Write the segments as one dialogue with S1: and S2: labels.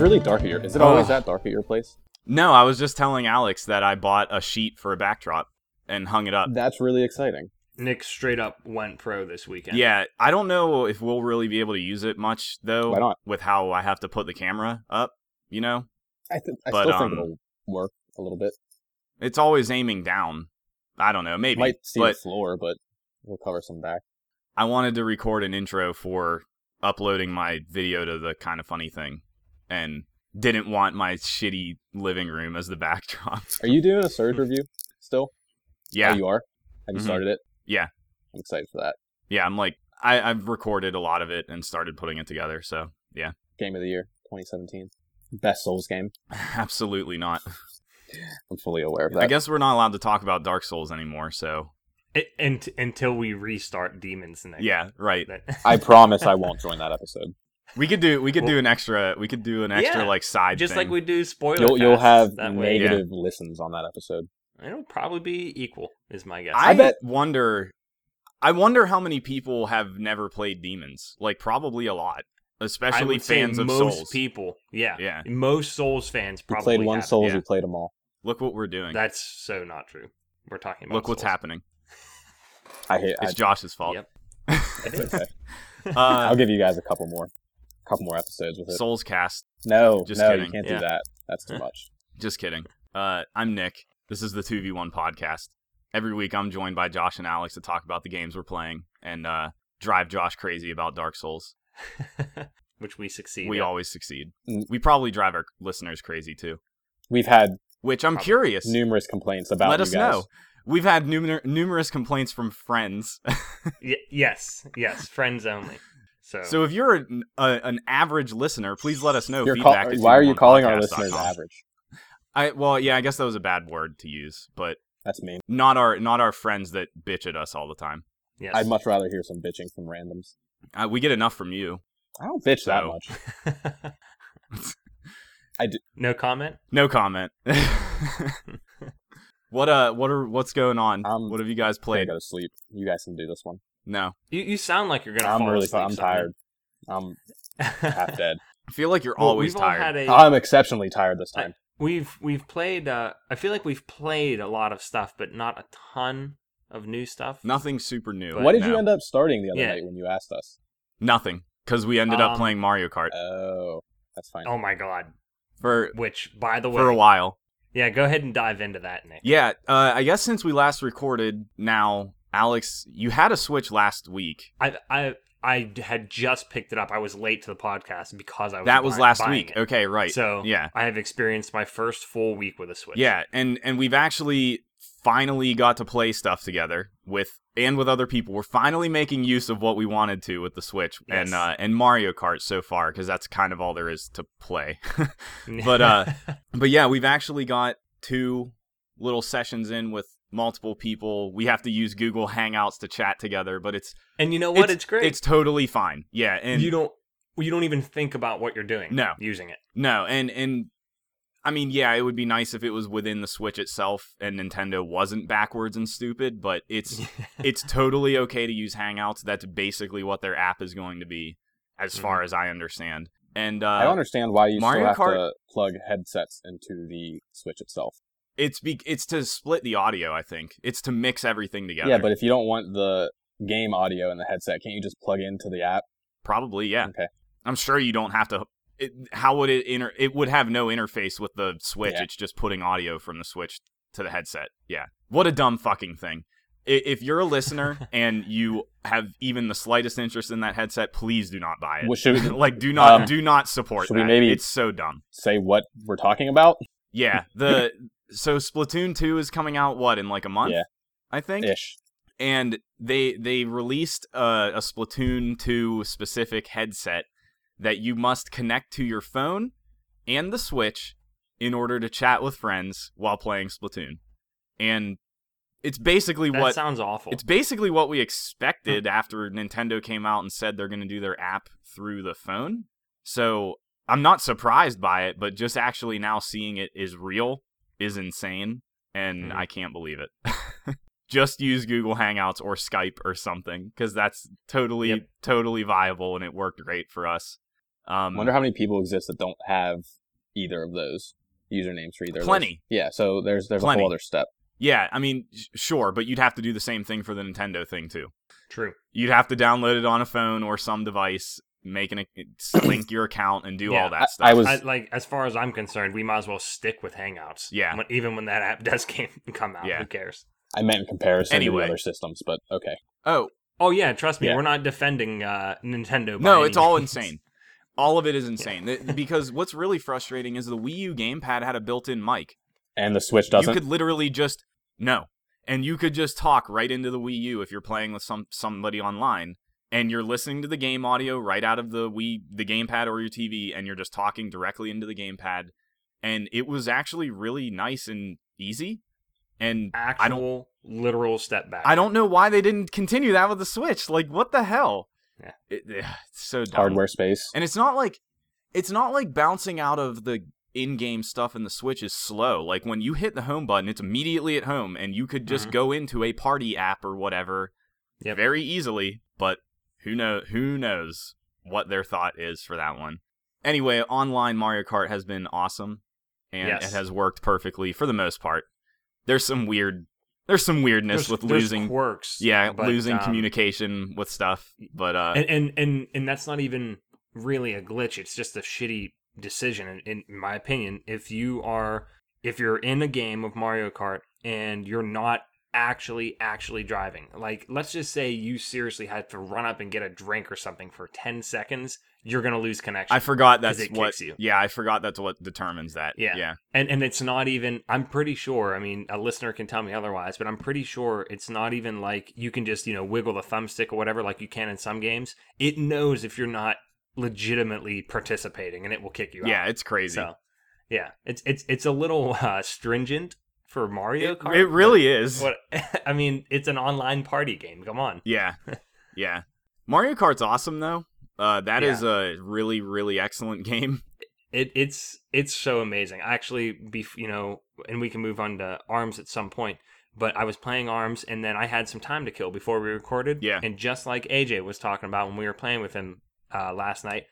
S1: really dark at your.
S2: Oh.
S1: Is it always that dark at your place?
S2: No, I was just telling Alex that I bought a sheet for a backdrop and hung it up.
S1: That's really exciting.
S3: Nick straight up went pro this weekend.
S2: Yeah, I don't know if we'll really be able to use it much though.
S1: Why not?
S2: With how I have to put the camera up, you know,
S1: I, th- I
S2: But,
S1: still
S2: um,
S1: think it'll work a little bit.
S2: it's always aiming down. I don't know, maybe.
S1: Might see
S2: but
S1: the floor, but we'll cover some back.
S2: I wanted to record an intro for uploading my video to the kind of funny thing, and didn't want my shitty living room as the backdrop.
S1: Are you doing a surge review still?
S2: Hmm. yeah,
S1: Oh, you are. Have you
S2: Mhm.
S1: started it?
S2: Yeah.
S1: I'm excited for that
S2: yeah. I'm like, I, I've recorded a lot of it and started putting it together. So yeah,
S1: game of the year 2017. Best Souls game.
S2: absolutely not.
S1: I'm fully aware of that.
S2: I guess we're not allowed to talk about Dark Souls anymore. So
S3: I- and, until we restart demons next.
S2: yeah, right.
S3: Then-
S1: I promise I won't join that episode.
S2: We could do we could
S3: Well-
S2: do an extra we could do an extra
S3: Yeah,
S2: like side
S3: Just
S2: thing.
S3: like we do spoiler.
S1: You'll you'll
S3: casts,
S1: have
S3: that way.
S1: negative listens on that episode.
S3: It'll probably be equal, is my guess.
S2: I,
S1: I bet-
S2: wonder I wonder how many people have never played demons. Like probably a lot,
S3: I
S2: especially
S3: would say
S2: fans of
S3: most
S2: Souls.
S3: people. Yeah.
S2: Yeah.
S3: Most Souls fans
S1: You
S3: probably
S1: played one
S3: have it.
S1: Souls,
S2: yeah.
S1: you played them all.
S2: Look what we're doing.
S3: That's so not true. We're talking about
S2: Look what's
S3: Souls.
S2: happening.
S1: I hate. I,
S2: It's Josh's fault.
S3: Yep.
S1: it's okay.
S2: uh
S1: I'll give you guys a couple more, couple more episodes with it.
S2: Souls cast.
S1: no,
S2: just
S1: no,
S2: kidding,
S1: you can't
S2: yeah.
S1: do that. That's too much.
S2: Just kidding. Uh I'm Nick. This is the 2v1 podcast. Every week I'm joined by Josh and Alex to talk about the games we're playing and uh drive Josh crazy about Dark Souls.
S3: Which we succeed.
S2: We
S3: at.
S2: always succeed.
S1: Mm.
S2: We probably drive our listeners crazy too.
S1: We've had
S2: Which I'm
S3: Probably.
S2: curious.
S1: numerous complaints about.
S2: Let
S1: you
S2: us
S1: guys.
S2: know. We've had numer- numerous complaints from friends.
S3: Y- yes. Yes. Friends only. So,
S2: so if you're an, a, an average listener, please let us know.
S1: You're call-
S2: feedback at
S1: why are you calling our
S2: 211podcast.com.
S1: listeners average?
S2: I well, yeah, I guess that was a bad word to use, but
S1: That's mean.
S2: not our not our friends that bitch at us all the time.
S3: yes.
S1: I'd much rather hear some bitching from randoms.
S2: Uh, we get enough from you.
S1: I don't bitch that
S2: So-
S1: much.
S3: no comment.
S2: No comment. what uh, what are what's going on?
S1: Um,
S2: what have you guys
S1: I'm gonna
S2: played?
S1: go to sleep. You guys can do this one.
S2: No,
S3: You you sound like you're gonna.
S1: I'm
S3: fall
S1: really.
S3: asleep
S1: I'm tired. I'm
S3: someday.
S1: half dead.
S2: I feel like you're
S3: Well,
S2: always
S3: we've
S2: tired.
S3: All had a,
S1: I'm exceptionally tired this time.
S3: we've we've played. Uh, I feel like we've played a lot of stuff, but not a ton of new stuff.
S2: Nothing super new.
S3: But
S1: what did
S2: no.
S1: you end up starting the other
S3: Yeah.
S1: night when you asked us?
S2: Nothing, because we ended up
S3: Um,
S2: playing Mario Kart
S1: Oh, that's fine.
S3: Oh my god!
S2: for
S3: Which, by the way,
S2: for a while.
S3: yeah, go ahead and dive into that, Nick.
S2: Yeah, uh, I guess since we last recorded, now Alex, you had a Switch last week.
S3: I I I had just picked it up. I was late to the podcast because I was
S2: that was
S3: buy-
S2: last
S3: buying
S2: week.
S3: it.
S2: Okay, right.
S3: So
S2: yeah,
S3: I have experienced my first full week with a Switch.
S2: yeah, and and we've actually finally got to play stuff together with and with other people. We're finally making use of what we wanted to with the Switch and
S3: Yes.
S2: uh, and Mario Kart so far, because that's kind of all there is to play. but, uh, but yeah, we've actually got two little sessions in with multiple people. We have to use Google Hangouts to chat together, but it's
S3: and you know what? It's, great.
S2: It's totally fine. Yeah, and
S3: you don't you don't even think about what you're doing.
S2: No.
S3: using it.
S2: No, and and I mean, yeah, it would be nice if it was within the Switch itself and Nintendo wasn't backwards and stupid, but it's it's totally okay to use Hangouts. That's basically what their app is going to be as far as I understand. And
S1: Mm-hmm. I don't
S2: uh,
S1: understand why you
S2: Mario
S1: still have
S2: Kart-
S1: to plug headsets into the Switch itself.
S2: it's be- it's to split the audio, I think. It's to mix everything together.
S1: Yeah, but if you don't want the game audio in the headset, can't you just plug into the app?
S2: probably yeah.
S1: Okay.
S2: I'm sure you don't have to it, how would it inter it would have no interface with the Switch.
S1: Yeah.
S2: It's just putting audio from the Switch to the headset. Yeah. What a dumb fucking thing. I- If you're a listener and you have even the slightest interest in that headset, please do not buy it.
S1: Well, should we-
S2: like do not
S1: um,
S2: do not support
S1: should we
S2: that.
S1: maybe-
S2: It's so dumb.
S1: Say what we're talking about
S2: Yeah. The so Splatoon 2 is coming out what in like a month?
S1: Yeah.
S2: I think
S1: ish.
S2: and they they released a, a Splatoon 2 specific headset that you must connect to your phone and the Switch in order to chat with friends while playing Splatoon. And it's basically
S3: That
S2: what
S3: sounds awful.
S2: it's basically what we expected after Nintendo came out and said they're going to do their app through the phone. So I'm not surprised by it, but just actually now seeing it is real is insane, and
S1: Mm-hmm.
S3: Mhm.
S2: I can't believe it. just use Google Hangouts or Skype or something because that's totally
S3: Yep.
S2: totally viable and it worked great for us. Um,
S1: I wonder how many people exist that don't have either of those usernames for either. of those.
S2: Plenty.
S1: Yeah. So there's there's a
S2: Plenty.
S1: whole other step.
S2: yeah, I mean, sh- sure, but you'd have to do the same thing for the Nintendo thing too.
S3: True.
S2: You'd have to download it on a phone or some device, make an ac- link your account, and do
S3: Yeah,
S2: all that
S1: I-
S2: stuff.
S1: I was-
S3: I, like as far as I'm concerned, we might as well stick with Hangouts.
S2: Yeah.
S3: When, even when that app does came, come out,
S2: Yeah.
S3: who cares?
S1: I meant in comparison
S2: Anyway.
S1: to the other systems, but okay.
S2: Oh
S3: Oh yeah, trust me,
S1: Yeah.
S3: we're not defending uh, Nintendo. by
S2: no,
S3: any
S2: it's all
S3: means.
S2: insane. All of it is insane Th- because what's really frustrating is the Wii U gamepad had a built-in mic.
S1: And the Switch doesn't.
S2: You could literally just no, and you could just talk right into the Wii U if you're playing with some somebody online, and you're listening to the game audio right out of the Wii the gamepad or your TV, and you're just talking directly into the gamepad, and it was actually really nice and easy, and
S3: Actual literal step back.
S2: I don't know why they didn't continue that with the Switch. Like what the hell?
S3: Yeah.
S2: It- it's so dumb.
S1: hardware space.
S2: And it's not like it's not like bouncing out of the in-game stuff in the Switch is slow. Like when you hit the home button, it's immediately at home and you could just
S3: Mhm.
S2: go into a party app or whatever
S3: Yep.
S2: very easily, but who know who knows what their thought is for that one. Anyway, online Mario Kart has been awesome and
S3: Yes.
S2: it has worked perfectly for the most part. There's some weird there's some weirdness
S3: There's-
S2: with
S3: there's
S2: losing
S3: quirks.
S2: yeah,
S3: but,
S2: losing
S3: um,
S2: communication with stuff, but uh
S3: and, and and and that's not even really a glitch. It's just a shitty decision, in, in my opinion. If you are if you're in a game of Mario Kart and you're not actually actually driving, like let's just say you seriously had to run up and get a drink or something for ten seconds, you're gonna lose connection.
S2: I forgot
S3: 'cause
S2: that's
S3: it
S2: what.
S3: kicks you.
S2: Yeah, I forgot that's what determines that.
S3: Yeah.
S2: yeah.
S3: and and it's not even i'm pretty sure i mean a listener can tell me otherwise but i'm pretty sure it's not even like you can just you know wiggle the thumbstick or whatever like you can in some games it knows if you're not legitimately participating and it will kick you
S2: Yeah,
S3: out
S2: it's crazy.
S3: so yeah it's it's it's a little uh stringent for mario
S2: it,
S3: kart
S2: it
S3: but
S2: really is.
S3: what i mean it's an online party game come on
S2: Yeah, yeah. Mario Kart's awesome though. Uh, that is a really, really excellent game.
S3: it it's it's so amazing. I actually be you know, and we can move on to arms at some point. But I was playing arms, and then I had some time to kill before we recorded.
S2: Yeah.
S3: And just like AJ was talking about when we were playing with him uh, last night,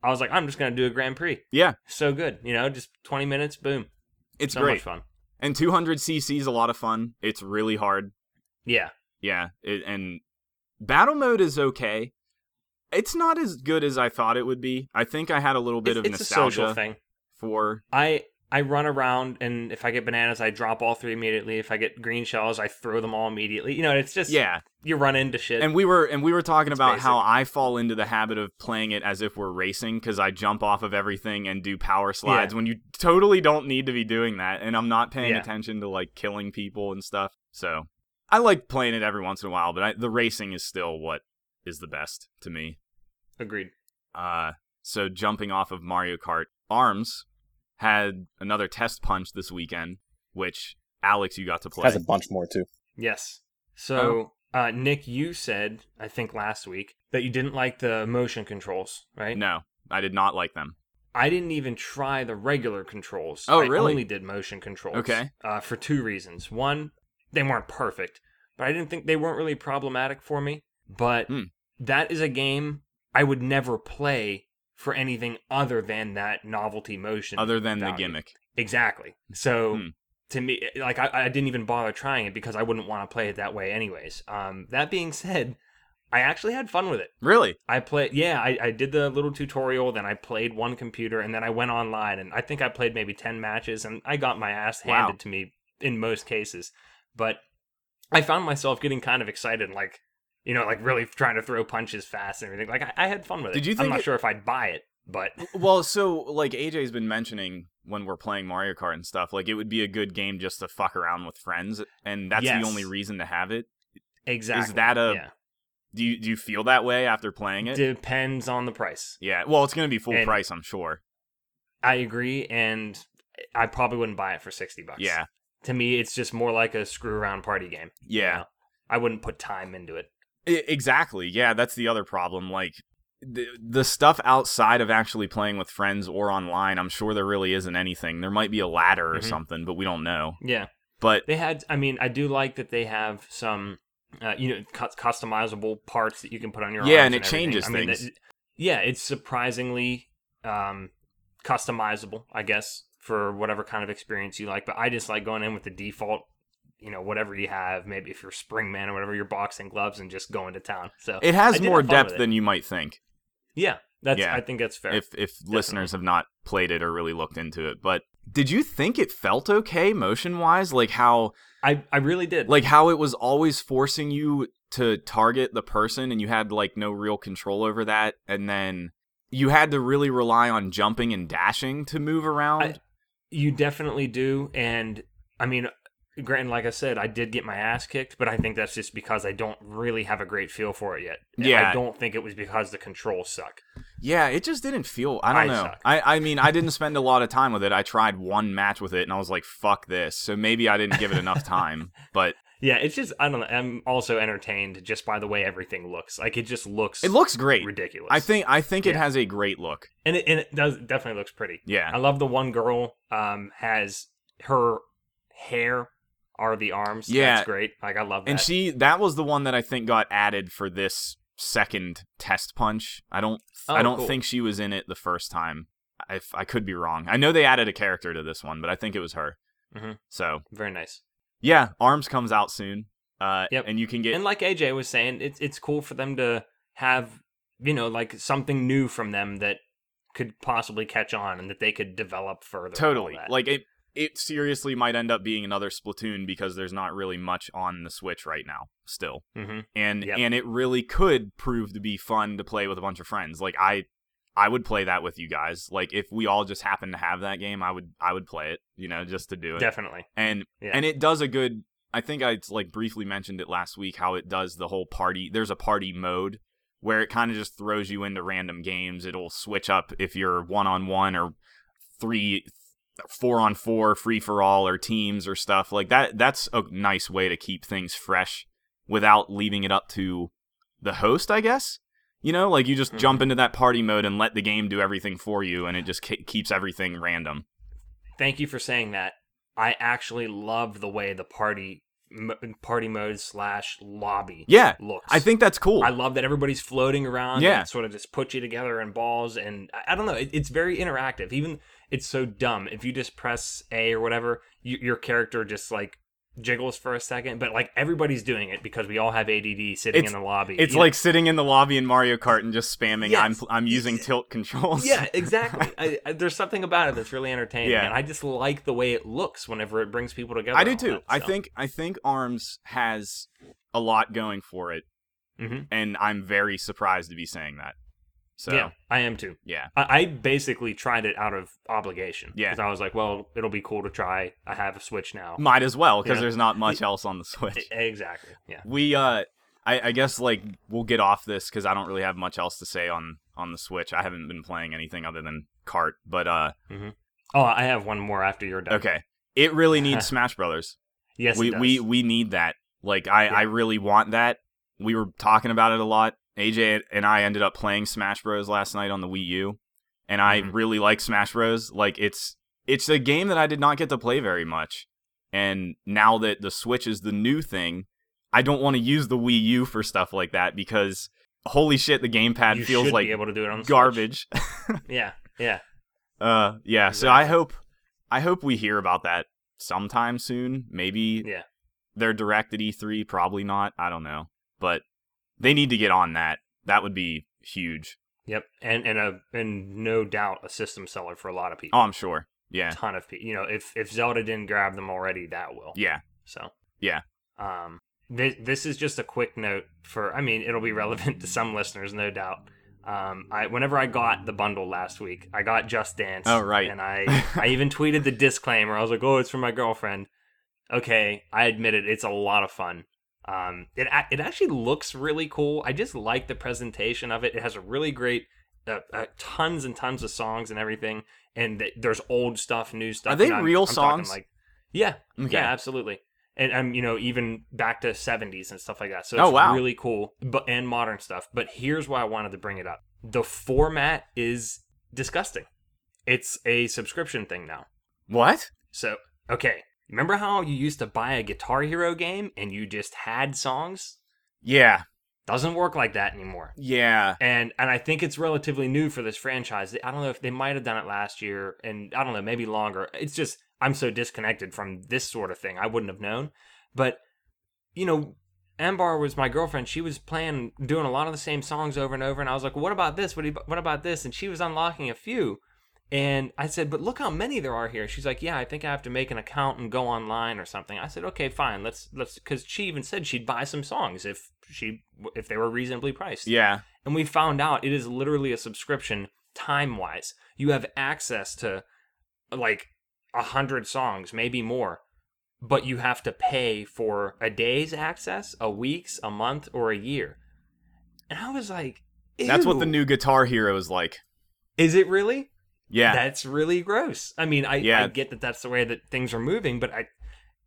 S3: I was like, I'm just gonna do a Grand Prix.
S2: Yeah.
S3: So good, you know, just 20 minutes, boom.
S2: It's
S3: so much
S2: great.
S3: fun.
S2: And 200 CC is a lot of fun. It's really hard.
S3: Yeah.
S2: Yeah, it, and battle mode is okay. It's not as good as I thought it would be. I think I had a little bit
S3: It's,
S2: of
S3: it's a social
S2: nostalgia
S3: thing.
S2: for
S3: I I run around, and if I get bananas, I drop all three immediately. If I get green shells, I throw them all immediately. You know, it's just
S2: yeah.
S3: you run into shit.
S2: and we were and we were talking
S3: It's
S2: about
S3: basic.
S2: how I fall into the habit of playing it as if we're racing because I jump off of everything and do power slides when you totally don't need to be doing that, and I'm not paying
S3: Yeah.
S2: attention to like killing people and stuff. So I like playing it every once in a while, but I, the racing is still what is the best to me.
S3: Agreed.
S2: Uh, so jumping off of Mario Kart, Arms had another test punch this weekend, which Alex, you got to play.
S1: Has a bunch more too.
S3: Yes.
S2: Oh.
S3: So, uh, Nick, you said, I think last week, that you didn't like the motion controls, right?
S2: no, I did not like them.
S3: I didn't even try the regular controls.
S2: Oh,
S3: I
S2: really?
S3: only did motion controls.
S2: Okay.
S3: Uh, for two reasons. One, they weren't perfect, but I didn't think they weren't really problematic for me. But
S2: Hmm.
S3: that is a game I would never play for anything other than that novelty motion.
S2: Other than the
S3: value.
S2: gimmick,
S3: Exactly. So
S2: Hmm.
S3: to me, eh, like I, I didn't even bother trying it because I wouldn't want to play it that way, anyways. Um, that being said, I actually had fun with it.
S2: really?
S3: I played, yeah, I, I did the little tutorial, then I played one computer, and then I went online, and I think I played maybe ten matches, and I got my ass
S2: Wow.
S3: handed to me in most cases. But I found myself getting kind of excited, like you know, like really trying to throw punches fast and everything. Like I, I had fun with it.
S2: Did you
S3: I'm
S2: think
S3: not
S2: it-
S3: sure if I'd buy it, but
S2: Well, so like AJ's been mentioning when we're playing Mario Kart and stuff, like it would be a good game just to fuck around with friends, and that's
S3: Yes.
S2: the only reason to have it.
S3: exactly.
S2: that a-
S3: yeah.
S2: Do you do you feel that way after playing it?
S3: depends on the price?
S2: yeah. Well, it's gonna be full
S3: And-
S2: price, I'm sure.
S3: I agree, and I probably wouldn't buy it for sixty bucks.
S2: Yeah,
S3: To me, it's just more like a screw around party game. you
S2: yeah,
S3: know? I wouldn't put time into it.
S2: I- exactly. Yeah, that's the other problem. Like the the stuff outside of actually playing with friends or online, I'm sure there really isn't anything. There might be a ladder or
S3: Mhm.
S2: something, but we don't know.
S3: Yeah,
S2: But
S3: they had. I mean, I do like that they have some, uh, you know, cu- customizable parts that you can put on your.
S2: Yeah, and
S3: arms
S2: it changes
S3: everything. I mean,
S2: things.
S3: that- yeah, it's surprisingly um, customizable, I guess, for whatever kind of experience you like. But I just like going in with the default, you know, whatever you have. Maybe if you're Springman or whatever, your boxing gloves, and just going to town. So
S2: It
S3: I
S2: has
S3: did
S2: more
S3: have fun
S2: depth
S3: with it.
S2: than you might think.
S3: yeah, that's
S2: Yeah.
S3: I think that's fair.
S2: If if listeners have not played it or really looked into it, but did you think it felt okay motion wise? Like how
S3: I I really did.
S2: like how it was always forcing you to target the person and you had like no real control over that and then you had to really rely on jumping and dashing to move around
S3: I- You definitely do. And I mean, granted, like I said, I did get my ass kicked, but I think that's just because I don't really have a great feel for it yet. And
S2: Yeah.
S3: I don't think it was because the controls suck.
S2: yeah it just didn't feel i don't
S3: I
S2: know
S3: suck.
S2: I, I mean i didn't spend a lot of time with it i tried one match with it and i was like fuck this so maybe i didn't give it enough time but
S3: Yeah, it's just, I don't know. I'm also entertained just by the way everything looks. Like, it just looks,
S2: it looks great
S3: ridiculous.
S2: i think i think it
S3: Yeah.
S2: has a great look
S3: And it, and it does definitely looks pretty. I
S2: yeah
S3: love the one girl um has her hair are the arms.
S2: Yeah.
S3: That's great. Like, I love that.
S2: and she that was the one that i think got added for this second test punch i don't
S3: Oh,
S2: I don't
S3: cool.
S2: think she was in it the first time. I, I could be wrong. I know they added a character to this one, but I think it was her.
S3: Mhm.
S2: So
S3: Very nice.
S2: yeah, Arms comes out soon. Uh,
S3: Yep.
S2: and you can get
S3: and like AJ was saying, it's it's cool for them to have you know like something new from them that could possibly catch on and that they could develop further. and all
S2: totally
S3: that.
S2: like it. It seriously might end up being another Splatoon because there's not really much on the Switch right now still,
S3: Mhm.
S2: and
S3: Yep.
S2: and it really could prove to be fun to play with a bunch of friends. Like I, I would play that with you guys. Like if we all just happen to have that game, I would I would play it. You know, just to do it.
S3: definitely.
S2: and
S3: Yeah.
S2: and it does a good i think i like briefly mentioned it last week how it does the whole party there's a party mode where it kind of just throws you into random games it'll switch up if you're one-on-one or three four on four free for all or teams or stuff like that that's a nice way to keep things fresh without leaving it up to the host i guess you know like you just
S3: Mhm.
S2: jump into that party mode and let the game do everything for you and it just ke- keeps everything random
S3: Thank you for saying that. I actually love the way the party m- party mode slash lobby
S2: yeah
S3: looks.
S2: i think that's cool
S3: I love that everybody's floating around.
S2: Yeah.
S3: and it sort of just put you together in balls, and I, I don't know. It, it's very interactive. Even it's so dumb. If you just press A or whatever, you, your character just like jiggles for a second. But like everybody's doing it because we all have ADD sitting
S2: It's-
S3: in the lobby.
S2: It's
S3: you
S2: like sitting in the lobby in Mario Kart and just spamming.
S3: Yes.
S2: I'm I'm using tilt controls.
S3: Yeah, exactly. I, I, there's something about it that's really entertaining,
S2: Yeah.
S3: and I just like the way it looks whenever it brings people together.
S2: I do
S3: and all
S2: too.
S3: that,
S2: I
S3: so.
S2: think I think Arms has a lot going for it,
S3: Mhm.
S2: and I'm very surprised to be saying that. So
S3: yeah, I am too.
S2: yeah.
S3: I, I basically tried it out of obligation.
S2: Yeah.
S3: 'Cause I was like, well, it'll be cool to try. I have a Switch now.
S2: might as well because
S3: Yeah.
S2: there's not much else on the Switch.
S3: E- Exactly. Yeah.
S2: We uh, I, I guess like we'll get off this because I don't really have much else to say on on the Switch. I haven't been playing anything other than Kart, but uh,
S3: Oh, I have one more after you're done.
S2: okay. It really needs Smash Brothers.
S3: Yes,
S2: we
S3: it does.
S2: we we need that. Like I
S3: Yeah.
S2: I really want that. We were talking about it a lot. AJ and I ended up playing Smash Bros last night on the Wii U, and I
S3: Mhm.
S2: really like Smash Bros. Like it's it's a game that I did not get to play very much, and now that the Switch is the new thing, I don't want to use the Wii U for stuff like that because holy shit, the gamepad
S3: you
S2: feels
S3: should
S2: like
S3: be able to do it on the Switch.
S2: garbage.
S3: Yeah, yeah.
S2: Uh, yeah. So I hope, I hope we hear about that sometime soon. Maybe.
S3: Yeah.
S2: They're direct at E3. Probably not. I don't know. But they need to get on that. That would be huge.
S3: Yep, and and a and no doubt a system seller for a lot of people.
S2: Oh, I'm sure.
S3: a
S2: Yeah.
S3: ton of people. You know, if if Zelda didn't grab them already, that will.
S2: Yeah.
S3: So
S2: Yeah.
S3: Um, this this is just a quick note for. I mean, it'll be relevant to some listeners, no doubt. Um, I whenever I got the bundle last week, I got Just Dance.
S2: Oh, right.
S3: And I I even tweeted the disclaimer. I was like, oh, it's for my girlfriend. Okay, I admit it. It's a lot of fun. Um, it a- it actually looks really cool. I just like the presentation of it. It has a really great. Uh, uh, tons and tons of songs and everything, and th- there's old stuff, new stuff.
S2: they
S3: and I'm-
S2: real
S3: I'm talking,
S2: songs?
S3: Like, yeah,
S2: Okay.
S3: yeah, absolutely. And um, you know, even back to seventies and stuff like that. So it's
S2: Oh, wow.
S3: really cool. But and modern stuff. But here's why I wanted to bring it up. The format is disgusting. It's a subscription thing now.
S2: What?
S3: So okay. Remember how you used to buy a Guitar Hero game and you just had songs?
S2: Yeah.
S3: Doesn't work like that anymore.
S2: Yeah.
S3: And and I think it's relatively new for this franchise. I don't know if they might have done it last year and I don't know, maybe longer. It's just I'm so disconnected from this sort of thing. I wouldn't have known. But you know, Ambar was my girlfriend. She was playing doing a lot of the same songs over and over and I was like, "What about this? What do you, what about this?" And she was unlocking a few. And I said, "But look how many there are here." She's like, "Yeah, I think I have to make an account and go online or something." I said, "Okay, fine. Let's let's cuz she even said she'd buy some songs if she if they were reasonably priced."
S2: Yeah.
S3: And we found out it is literally a subscription time wise. You have access to like a hundred songs, maybe more, but you have to pay for a day's access, a week's, a month, or a year. And I was like,
S2: That's what the
S3: "Ew,
S2: new Guitar Hero is like.
S3: is it really?
S2: Yeah.
S3: That's really gross. I mean, I, I
S2: Yeah.
S3: get that that's the way that things are moving, but I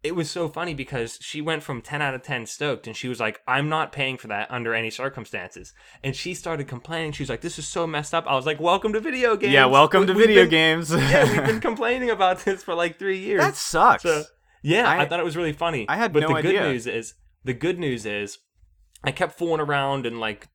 S3: it was so funny because she went from 10 out of 10 stoked and she was like, I'm not paying for that under any circumstances. And she started complaining. She was like, This is so messed up. I was like, Welcome to video games.
S2: yeah, welcome
S3: We-
S2: to
S3: we've
S2: video
S3: been-
S2: games.
S3: yeah, we've been complaining about this for like three years.
S2: that sucks.
S3: So yeah, I,
S2: I-
S3: thought it was really funny.
S2: I had
S3: but
S2: no
S3: the good
S2: idea.
S3: news is the good news is I kept fooling around and like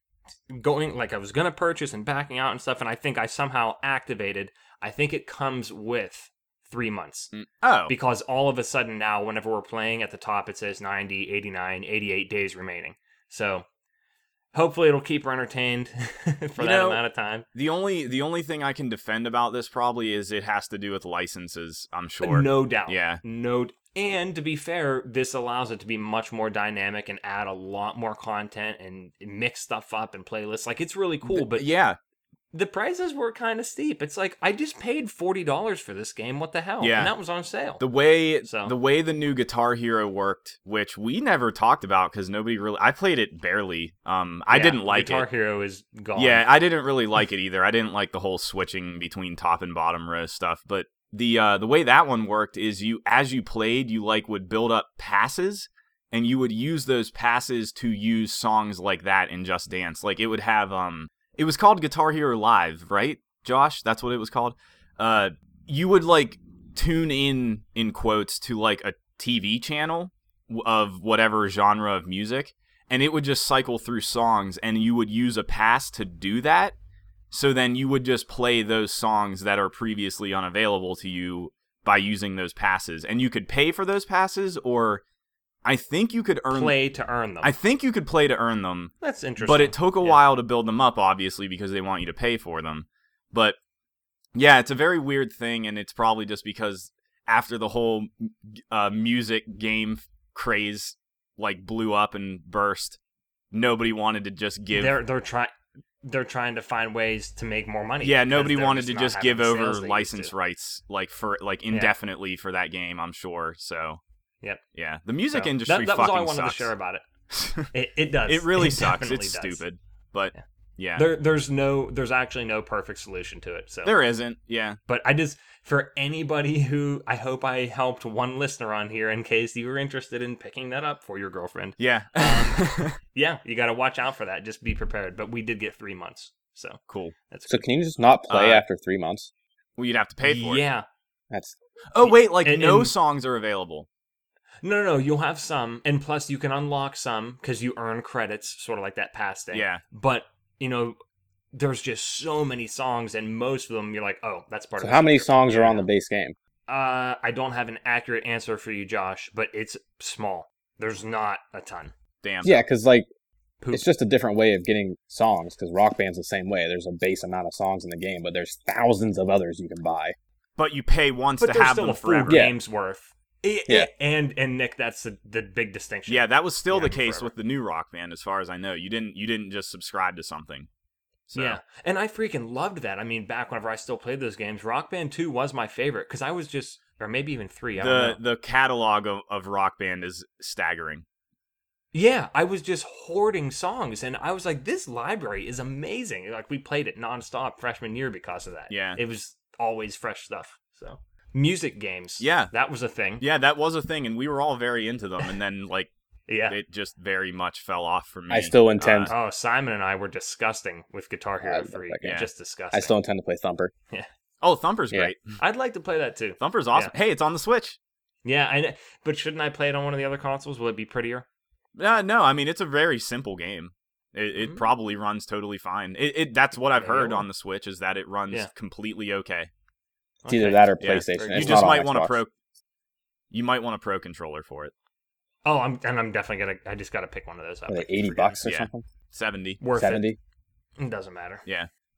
S3: going like I was gonna purchase and backing out and stuff, and I think I somehow activated. I think it comes with three months
S2: oh.
S3: because all of a sudden now whenever we're playing at the top it says 90 89 88 days remaining so hopefully it'll keep her entertained for that
S2: know,
S3: amount of time
S2: the only the only thing I can defend about this probably is it has to do with licenses, I'm sure.
S3: No doubt.
S2: Yeah.
S3: No. And to be fair, this allows it to be much more dynamic and add a lot more content and mix stuff up and playlists. Like it's really cool, but
S2: yeah,
S3: the prices were kind of steep. It's like I just paid forty dollars for this game. What the hell?
S2: Yeah.
S3: And that was on sale.
S2: the way
S3: So.
S2: the way the new Guitar Hero worked, which we never talked about because nobody really I played it barely. Um, I
S3: Yeah,
S2: didn't like
S3: Guitar
S2: it.
S3: Hero is gone.
S2: Yeah, I didn't really like it either. I didn't like the whole switching between top and bottom row stuff. But the uh, the way that one worked is you as you played, you like would build up passes, and you would use those passes to use songs like that in Just Dance. Like it would have um, it was called Guitar Hero Live, right, Josh? That's what it was called. Uh, you would like tune in in quotes to like a TV channel w- of whatever genre of music and it would just cycle through songs and you would use a pass to do that so then you would just play those songs that are previously unavailable to you by using those passes and you could pay for those passes or i think you could earn
S3: play to earn them.
S2: i think you could play to earn them
S3: That's interesting.
S2: but it took a
S3: Yeah.
S2: while to build them up, obviously, because they want you to pay for them. But yeah, it's a very weird thing, and it's probably just because after the whole uh, music game craze like blew up and burst, nobody wanted to just give.
S3: they're they're trying they're trying to find ways to make more money.
S2: yeah,
S3: because
S2: nobody
S3: they're
S2: wanted to
S3: not
S2: just
S3: having
S2: give
S3: the sales
S2: over
S3: they used
S2: license
S3: to.
S2: rights like for like
S3: Yeah.
S2: indefinitely for that game. I'm sure. So.
S3: Yep.
S2: Yeah, the music
S3: So,
S2: industry
S3: That, that was
S2: fucking
S3: all I wanted
S2: sucks.
S3: to share about it. It, it does.
S2: it really sucks.
S3: definitely
S2: It's
S3: does.
S2: stupid, but
S3: Yeah.
S2: yeah,
S3: There, there's no, there's actually no perfect solution to it. So,
S2: there isn't. Yeah,
S3: but I just for anybody who I hope I helped one listener on here in case you were interested in picking that up for your girlfriend.
S2: yeah. um,
S3: Yeah, you got to watch out for that. Just be prepared. But we did get three months, so
S2: cool.
S3: that's
S1: So can you just not play
S2: Uh,
S1: after three months?
S2: Well, you'd have to pay for it.
S3: yeah.
S1: That's
S2: Oh wait, like
S3: And-
S2: no
S3: and-
S2: songs are available.
S3: No, no, no. You'll have some, and plus you can unlock some because you earn credits, sort of like that past thing.
S2: Yeah.
S3: But you know, there's just so many songs, and most of them you're like, oh, that's part
S1: so.
S3: of.
S1: How many
S3: subscription.
S1: songs are
S3: Yeah.
S1: on the base game?
S3: Uh, I don't have an accurate answer for you, Josh, but it's small. There's not a ton.
S2: Damn.
S1: Yeah, because like
S3: Poop.
S1: it's just a different way of getting songs. Because Rock Band's the same way. There's a base amount of songs in the game, but there's thousands of others you can buy.
S2: But you pay once
S3: but
S2: to
S3: there's
S2: have
S3: still
S2: them
S3: a full
S2: forever.
S1: Yeah.
S3: game's worth. I-
S1: Yeah.
S3: I- And and Nick, that's the, the big distinction.
S2: Yeah, that was still
S3: Yeah,
S2: the
S3: I mean,
S2: case
S3: forever.
S2: with the new Rock Band, as far as I know. You didn't you didn't just subscribe to something. So
S3: Yeah, and I freaking loved that. I mean, back whenever I still played those games, Rock Band Two was my favorite because I was just, or maybe even three. I don't know.
S2: the the catalog of, of Rock Band is staggering.
S3: Yeah, I was just hoarding songs, and I was like, "This library is amazing!" Like we played it nonstop freshman year because of that.
S2: Yeah.
S3: it was always fresh stuff. So music games.
S2: Yeah.
S3: that was a thing.
S2: Yeah, that was a thing, and we were all very into them, and then like
S3: Yeah.
S2: it just very much fell off for me. Uh,
S1: I still intend.
S3: oh, Simon and I were disgusting with Guitar
S1: I
S3: Hero
S1: love
S3: Three.
S1: that game.
S3: Just disgusting.
S1: I still intend to play Thumper.
S2: Oh, Thumper's
S1: Yeah.
S2: great.
S3: I'd like to play that too.
S2: Thumper's awesome. Hey, it's on the Switch.
S3: Yeah, I. kn- But shouldn't I play it on one of the other consoles? Will it be prettier?
S2: Uh, no, I mean it's a very simple game. It, it
S3: Mhm.
S2: probably runs totally fine. It, it that's what I've
S3: There you
S2: heard
S3: go.
S2: on the Switch is that it runs
S3: Yeah.
S2: completely okay.
S1: It's either that or
S2: Yeah.
S1: PlayStation.
S3: You
S1: It's
S2: you just
S1: not on
S2: might want
S1: Xbox.
S2: a pro. You might want a pro controller for it.
S3: Oh, I'm and I'm definitely gonna. I just gotta pick one of those up.
S1: What are
S3: I
S1: they,
S3: keep
S1: eighty
S3: forgetting.
S1: bucks or
S2: Yeah.
S1: something.
S2: Seventy.
S3: Worth
S1: Seventy.
S3: it. It doesn't matter.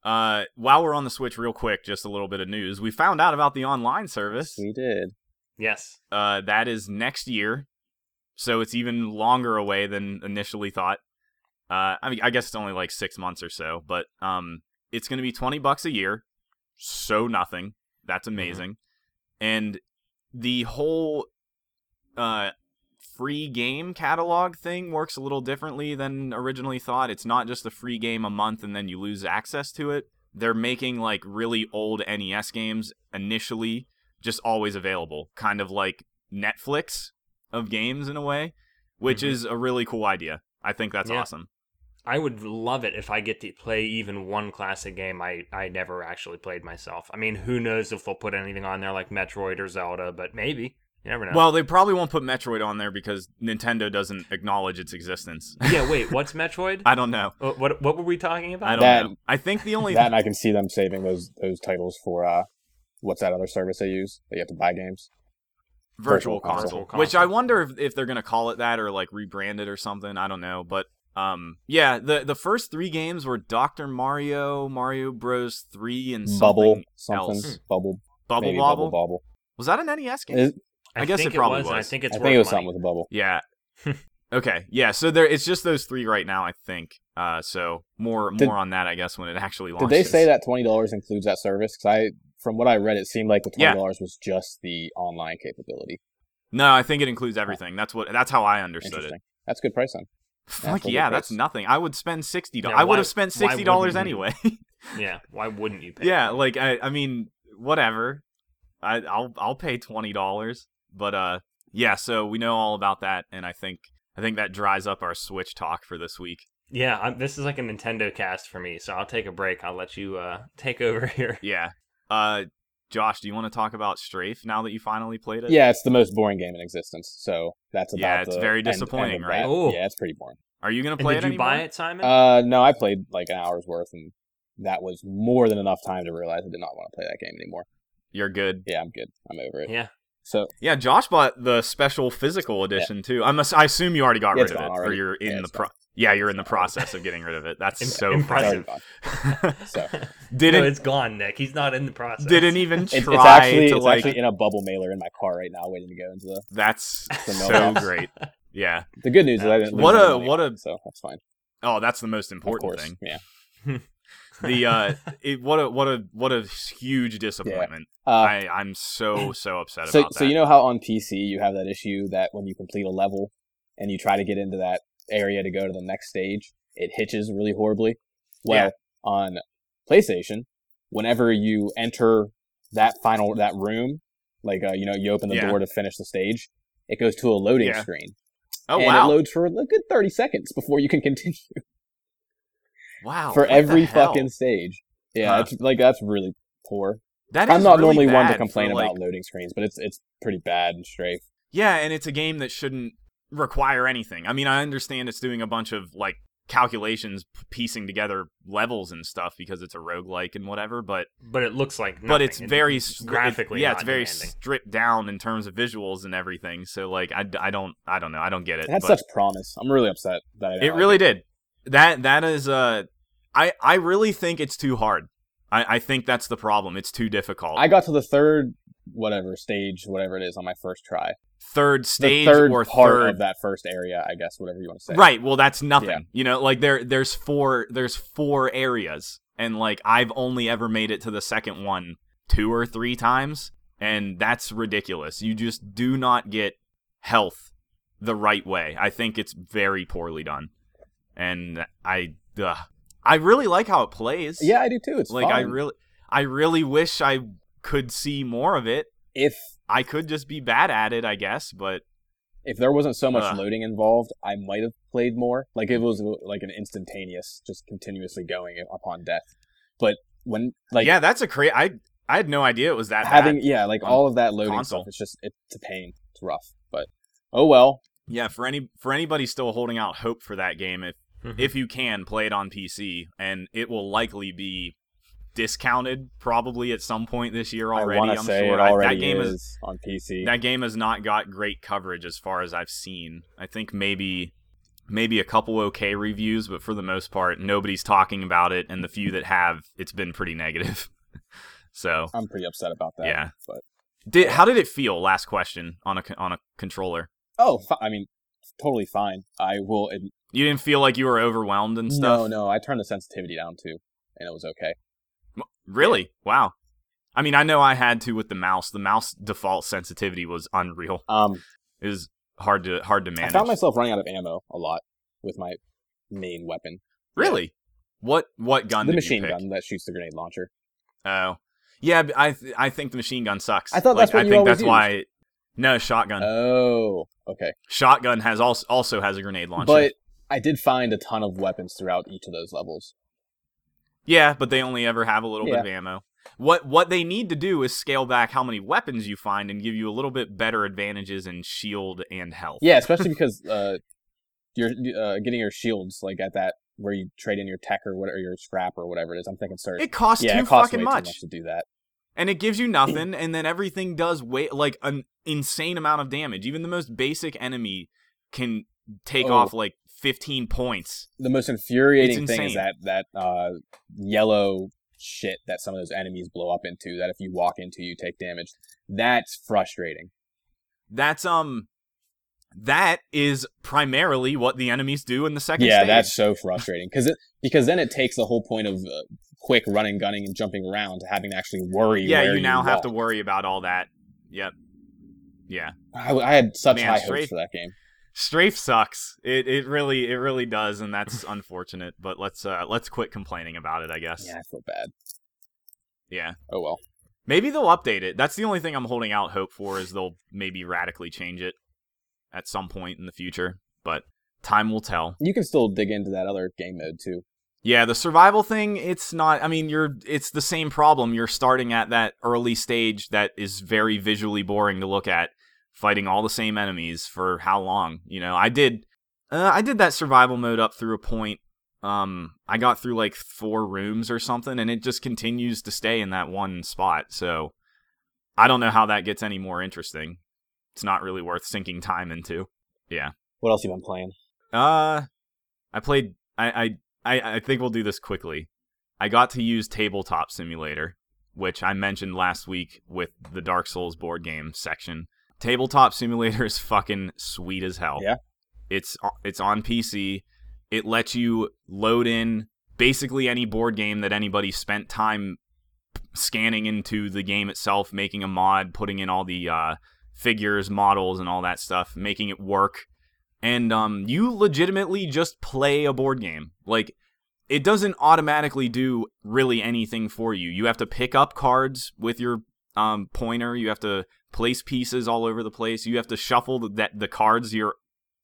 S2: Uh, while we're on the Switch, real quick, just a little bit of news. We found out about the online service.
S1: We did.
S3: Yes.
S2: Uh, that is next year, so it's even longer away than initially thought. Uh, I mean, I guess it's only like six months or so, but um, it's going to be twenty bucks a year, so nothing. That's amazing, and the whole uh free game catalog thing works a little differently than originally thought. It's not just a free game a month and then you lose access to it. They're making like really old NES games initially just always available, kind of like Netflix of games in a way, which
S3: Mhm.
S2: is a really cool idea. I think that's
S3: Yeah.
S2: awesome.
S3: I would love it if I get to play even one classic game I, I never actually played myself. I mean, who knows if they'll put anything on there like Metroid or Zelda, but maybe. You never know.
S2: Well, they probably won't put Metroid on there because Nintendo doesn't acknowledge its existence.
S3: yeah, wait, what's Metroid?
S2: I don't know.
S3: what, what what were we talking about?
S2: I don't
S1: That-
S2: know. I think the only
S1: That and I can see them saving those those titles for uh, what's that other service they use? That you have to buy games.
S2: virtual
S1: Virtual
S2: console,
S1: console.
S3: Virtual
S2: which i
S3: console.
S2: wonder if, if they're going to call it that or like rebrand it or something i don't know but um yeah the the first three games were dr mario mario bros 3 and
S1: Bubble
S2: something
S1: something.
S2: else. Hmm.
S1: Bubble.
S2: bubble
S1: maybe
S2: bobble
S1: Bubble Bobble.
S2: was that an nes game
S1: Is-
S2: I guess
S3: think
S2: it probably
S3: was, and I
S2: was.
S3: think
S1: I
S3: it's
S1: think
S3: worth
S1: it was
S3: money.
S1: something with a bubble.
S2: yeah okay yeah so there it's just those three right now i think uh so more
S1: Did-
S2: more on that i guess when it actually
S1: Did
S2: launches
S1: they say that twenty dollars includes that service? Because I, from what I read, it seemed like the
S2: Yeah.
S1: twenty dollars was just the online capability.
S2: no i think it includes everything that's what that's how i understood it
S1: Interesting. That's good price then.
S2: fuck
S1: That's a
S2: yeah
S1: good
S2: that's
S1: price.
S2: nothing i would spend 60
S3: Yeah,
S2: dollars i
S3: why-
S2: would have spent
S3: why
S2: 60 dollars
S3: wouldn't you?
S2: anyway
S3: Yeah, why wouldn't you pay?
S2: yeah
S3: for it?
S2: like I, I mean whatever I, i'll i'll pay $20 but uh yeah so we know all about that and i think i think that dries up our switch talk for this week
S3: yeah. I'm, this is like a Nintendo cast for me, so I'll take a break. I'll let you uh, take over here.
S2: yeah uh josh do you want to talk about strafe now that you finally played it
S1: Yeah, it's the most boring game in existence. So that's about.
S2: Yeah, it's
S1: the
S2: very
S1: end- end of
S2: disappointing,
S1: that.
S2: right?
S3: Ooh.
S1: Yeah, it's pretty boring.
S2: are you gonna
S3: And
S2: play
S3: did
S2: it
S3: you buy
S2: anymore?
S3: it, Simon?
S1: Uh, no, I played like an hour's worth, and that was more than enough time to realize I did not want to play that game anymore.
S2: you're good
S1: Yeah, I'm good. I'm over it.
S3: yeah.
S1: So
S2: yeah josh bought the special physical edition too i must i assume you already got
S1: Yeah, it's
S2: rid of it
S1: gone
S2: or
S1: already.
S2: you're in
S1: Yeah,
S2: the
S1: it's
S2: pro
S1: gone.
S2: yeah you're in the
S1: It's gone already.
S2: process of getting rid of it that's
S3: Im-
S2: so
S1: it's
S3: impressive.
S1: already
S2: impressive
S1: gone. So
S3: no,
S2: didn't
S3: it's gone, Nick. He's not in the process.
S2: didn't even try
S1: it's, it's actually
S2: to
S1: it's
S2: like
S1: actually in a bubble mailer in my car right now, waiting to go into the.
S2: That's
S1: The
S2: so
S1: mailbox.
S2: great. Yeah.
S1: The good news is I didn't. lose
S2: What
S1: any
S2: a-
S1: money,
S2: what a
S1: So that's fine.
S2: Oh, that's the most
S1: Of
S2: important
S1: course.
S2: thing.
S1: Yeah.
S2: The uh, it, what a what a what a huge disappointment.
S1: Uh,
S2: I I'm so so upset
S1: so,
S2: about that.
S1: so you know how on PC you have that issue that when you complete a level and you try to get into that area to go to the next stage, it hitches really horribly. Well,
S2: Yeah.
S1: on PlayStation, whenever you enter that final that room, like uh, you know, you open the
S2: Yeah.
S1: door to finish the stage, it goes to a loading
S2: Yeah.
S1: screen,
S2: oh
S1: and
S2: wow,
S1: it loads for a good thirty seconds before you can continue
S2: wow,
S1: for
S2: Oh, what the
S1: every
S2: hell?
S1: fucking stage. Yeah,
S2: Huh.
S1: it's, like that's really poor.
S2: That
S1: I'm
S2: is
S1: not
S2: really
S1: normally one
S2: bad
S1: to
S2: for,
S1: complain
S2: like-
S1: about loading screens, but it's it's pretty bad and strafe.
S2: Yeah, and it's a game that shouldn't require anything. I mean, I understand it's doing a bunch of like calculations, p- piecing together levels and stuff because it's a roguelike and whatever, but
S3: but it looks like. Nothing.
S2: but it's
S3: It-
S2: very s- it-
S3: graphically
S2: yeah
S3: not
S2: it's very
S3: demanding.
S2: stripped down in terms of visuals and everything so like i, d- I don't i don't know i don't get it
S1: It had
S2: but
S1: such promise. I'm really upset that I didn't
S2: it
S1: like
S2: really did that that is uh i i really think it's too hard i i think that's the problem it's too difficult
S1: I got to the third whatever stage, whatever it is, on my first try.
S2: third stage
S1: the third
S2: or
S1: part
S2: third
S1: of that first area, I guess, whatever you want to say.
S2: right well that's nothing
S1: Yeah.
S2: you know like there there's four there's four areas and like i've only ever made it to the second one two or three times and that's ridiculous you just do not get health the right way i think it's very poorly done and i ugh. i really like how it plays
S1: Yeah, I do too. It's
S2: like i really i really wish i could see more of it
S1: if
S2: i could just be bad at it i guess but
S1: if there wasn't so much
S2: Ugh.
S1: loading involved, I might have played more. Like it was like an instantaneous, just continuously going upon death. But when like
S2: yeah that's a cra i i had no idea it was that
S1: having
S2: bad.
S1: yeah, like
S2: on
S1: all of that loading
S2: console.
S1: stuff, it's just it's a pain. It's rough, but oh well.
S2: yeah for any for anybody still holding out hope for that game if
S3: Mhm.
S2: if you can play it on PC, and it will likely be discounted probably at some point this year already.
S1: I want
S2: I'm
S1: to say
S2: sure
S1: it
S2: I-
S1: already
S2: that game
S1: is,
S2: is
S1: on PC.
S2: that game has not got great coverage as far as I've seen. I think maybe maybe a couple okay reviews, but for the most part, nobody's talking about it, and the few that have, it's been pretty negative. so
S1: I'm pretty upset about that.
S2: Yeah.
S1: But
S2: did how did it feel? Last question on a con- on a controller.
S1: oh, fi- I mean, totally fine. I will. Ad-
S2: You didn't feel like you were overwhelmed and stuff.
S1: no, no. I turned the sensitivity down too, and it was okay.
S2: Really? Wow. I mean, I know I had to with the mouse. The mouse default sensitivity was unreal.
S1: Um,
S2: It was hard to hard to manage.
S1: I found myself running out of ammo a lot with my main weapon,
S2: really. What what gun?
S1: the
S2: did you
S1: machine
S2: pick?
S1: gun that shoots the grenade launcher.
S2: Oh, yeah. b- I th- I think the machine gun sucks.
S1: I thought that's what
S2: I
S1: you
S2: think
S1: always
S2: that's why. No, shotgun.
S1: Oh, okay.
S2: shotgun has also also has a grenade launcher.
S1: But I did find a ton of weapons throughout each of those levels.
S2: yeah, but they only ever have a little bit of ammo. What what they need to do is scale back how many weapons you find and give you a little bit better advantages in shield and health.
S1: Yeah, especially because uh, you're uh, getting your shields like at that where you trade in your tech or whatever your scrap or whatever it is. I'm thinking search.
S2: It costs
S1: yeah,
S2: too
S1: it costs
S2: fucking
S1: way
S2: much.
S1: too much to do that.
S2: and it gives you nothing and then everything does way like an insane amount of damage even the most basic enemy can take
S1: Oh.
S2: off like 15 points
S1: The most infuriating
S2: It's
S1: thing is
S2: insane.
S1: that that uh, yellow shit that some of those enemies blow up into. That if you walk into, you take damage. That's frustrating.
S2: that's um that is primarily what the enemies do in the second
S1: yeah,
S2: stage.
S1: that's so frustrating because it because then it takes the whole point of uh, quick running, gunning, and jumping around to having to actually worry.
S2: yeah
S1: where
S2: you now have to
S1: walk.
S2: worry about all that yep yeah
S1: I, I had such
S2: Man,
S1: high
S2: straight-
S1: hopes for that game.
S2: strafe sucks it it really it really does and that's unfortunate but let's uh let's quit complaining about it i guess
S1: Yeah, I feel bad.
S2: yeah
S1: Oh well.
S2: Maybe they'll update it. That's the only thing I'm holding out hope for is they'll maybe radically change it at some point in the future, but time will tell.
S1: You can still dig into that other game mode too.
S2: Yeah, the survival thing, it's not I mean, you're it's the same problem. You're starting at that early stage that is very visually boring to look at, fighting all the same enemies for how long, you know. I did uh, I did that survival mode up through a point. Um I got through like four rooms or something and it just continues to stay in that one spot. So I don't know how that gets any more interesting. It's not really worth sinking time into.
S1: What else you been playing?
S2: Uh, I played. I I I, I think we'll do this quickly. I got to use Tabletop Simulator, which I mentioned last week with the Dark Souls board game section. Tabletop Simulator is fucking sweet as hell.
S1: Yeah.
S2: It's o- it's on PC. It lets you load in basically any board game that anybody spent time scanning into the game itself, making a mod, putting in all the uh, figures, models, and all that stuff, making it work and um, you legitimately just play a board game. Like, it doesn't automatically do really anything for you. You have to pick up cards with your um, pointer. You have to place pieces all over the place. You have to shuffle the, that the cards you're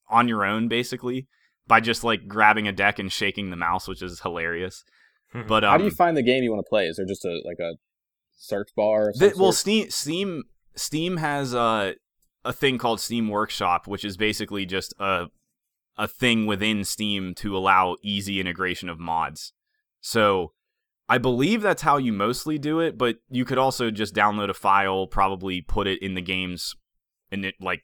S2: on your own basically by just like grabbing a deck and shaking the mouse, which is hilarious.
S3: Mhm.
S2: But um,
S1: How do you find the game you want to play? Is there just a like a search bar? Or
S2: Th-
S1: something?
S2: well, Steam Steam Steam has a a thing called Steam Workshop, which is basically just a a thing within Steam to allow easy integration of mods. So I believe that's how you mostly do it, but you could also just download a file, probably put it in the game's in it like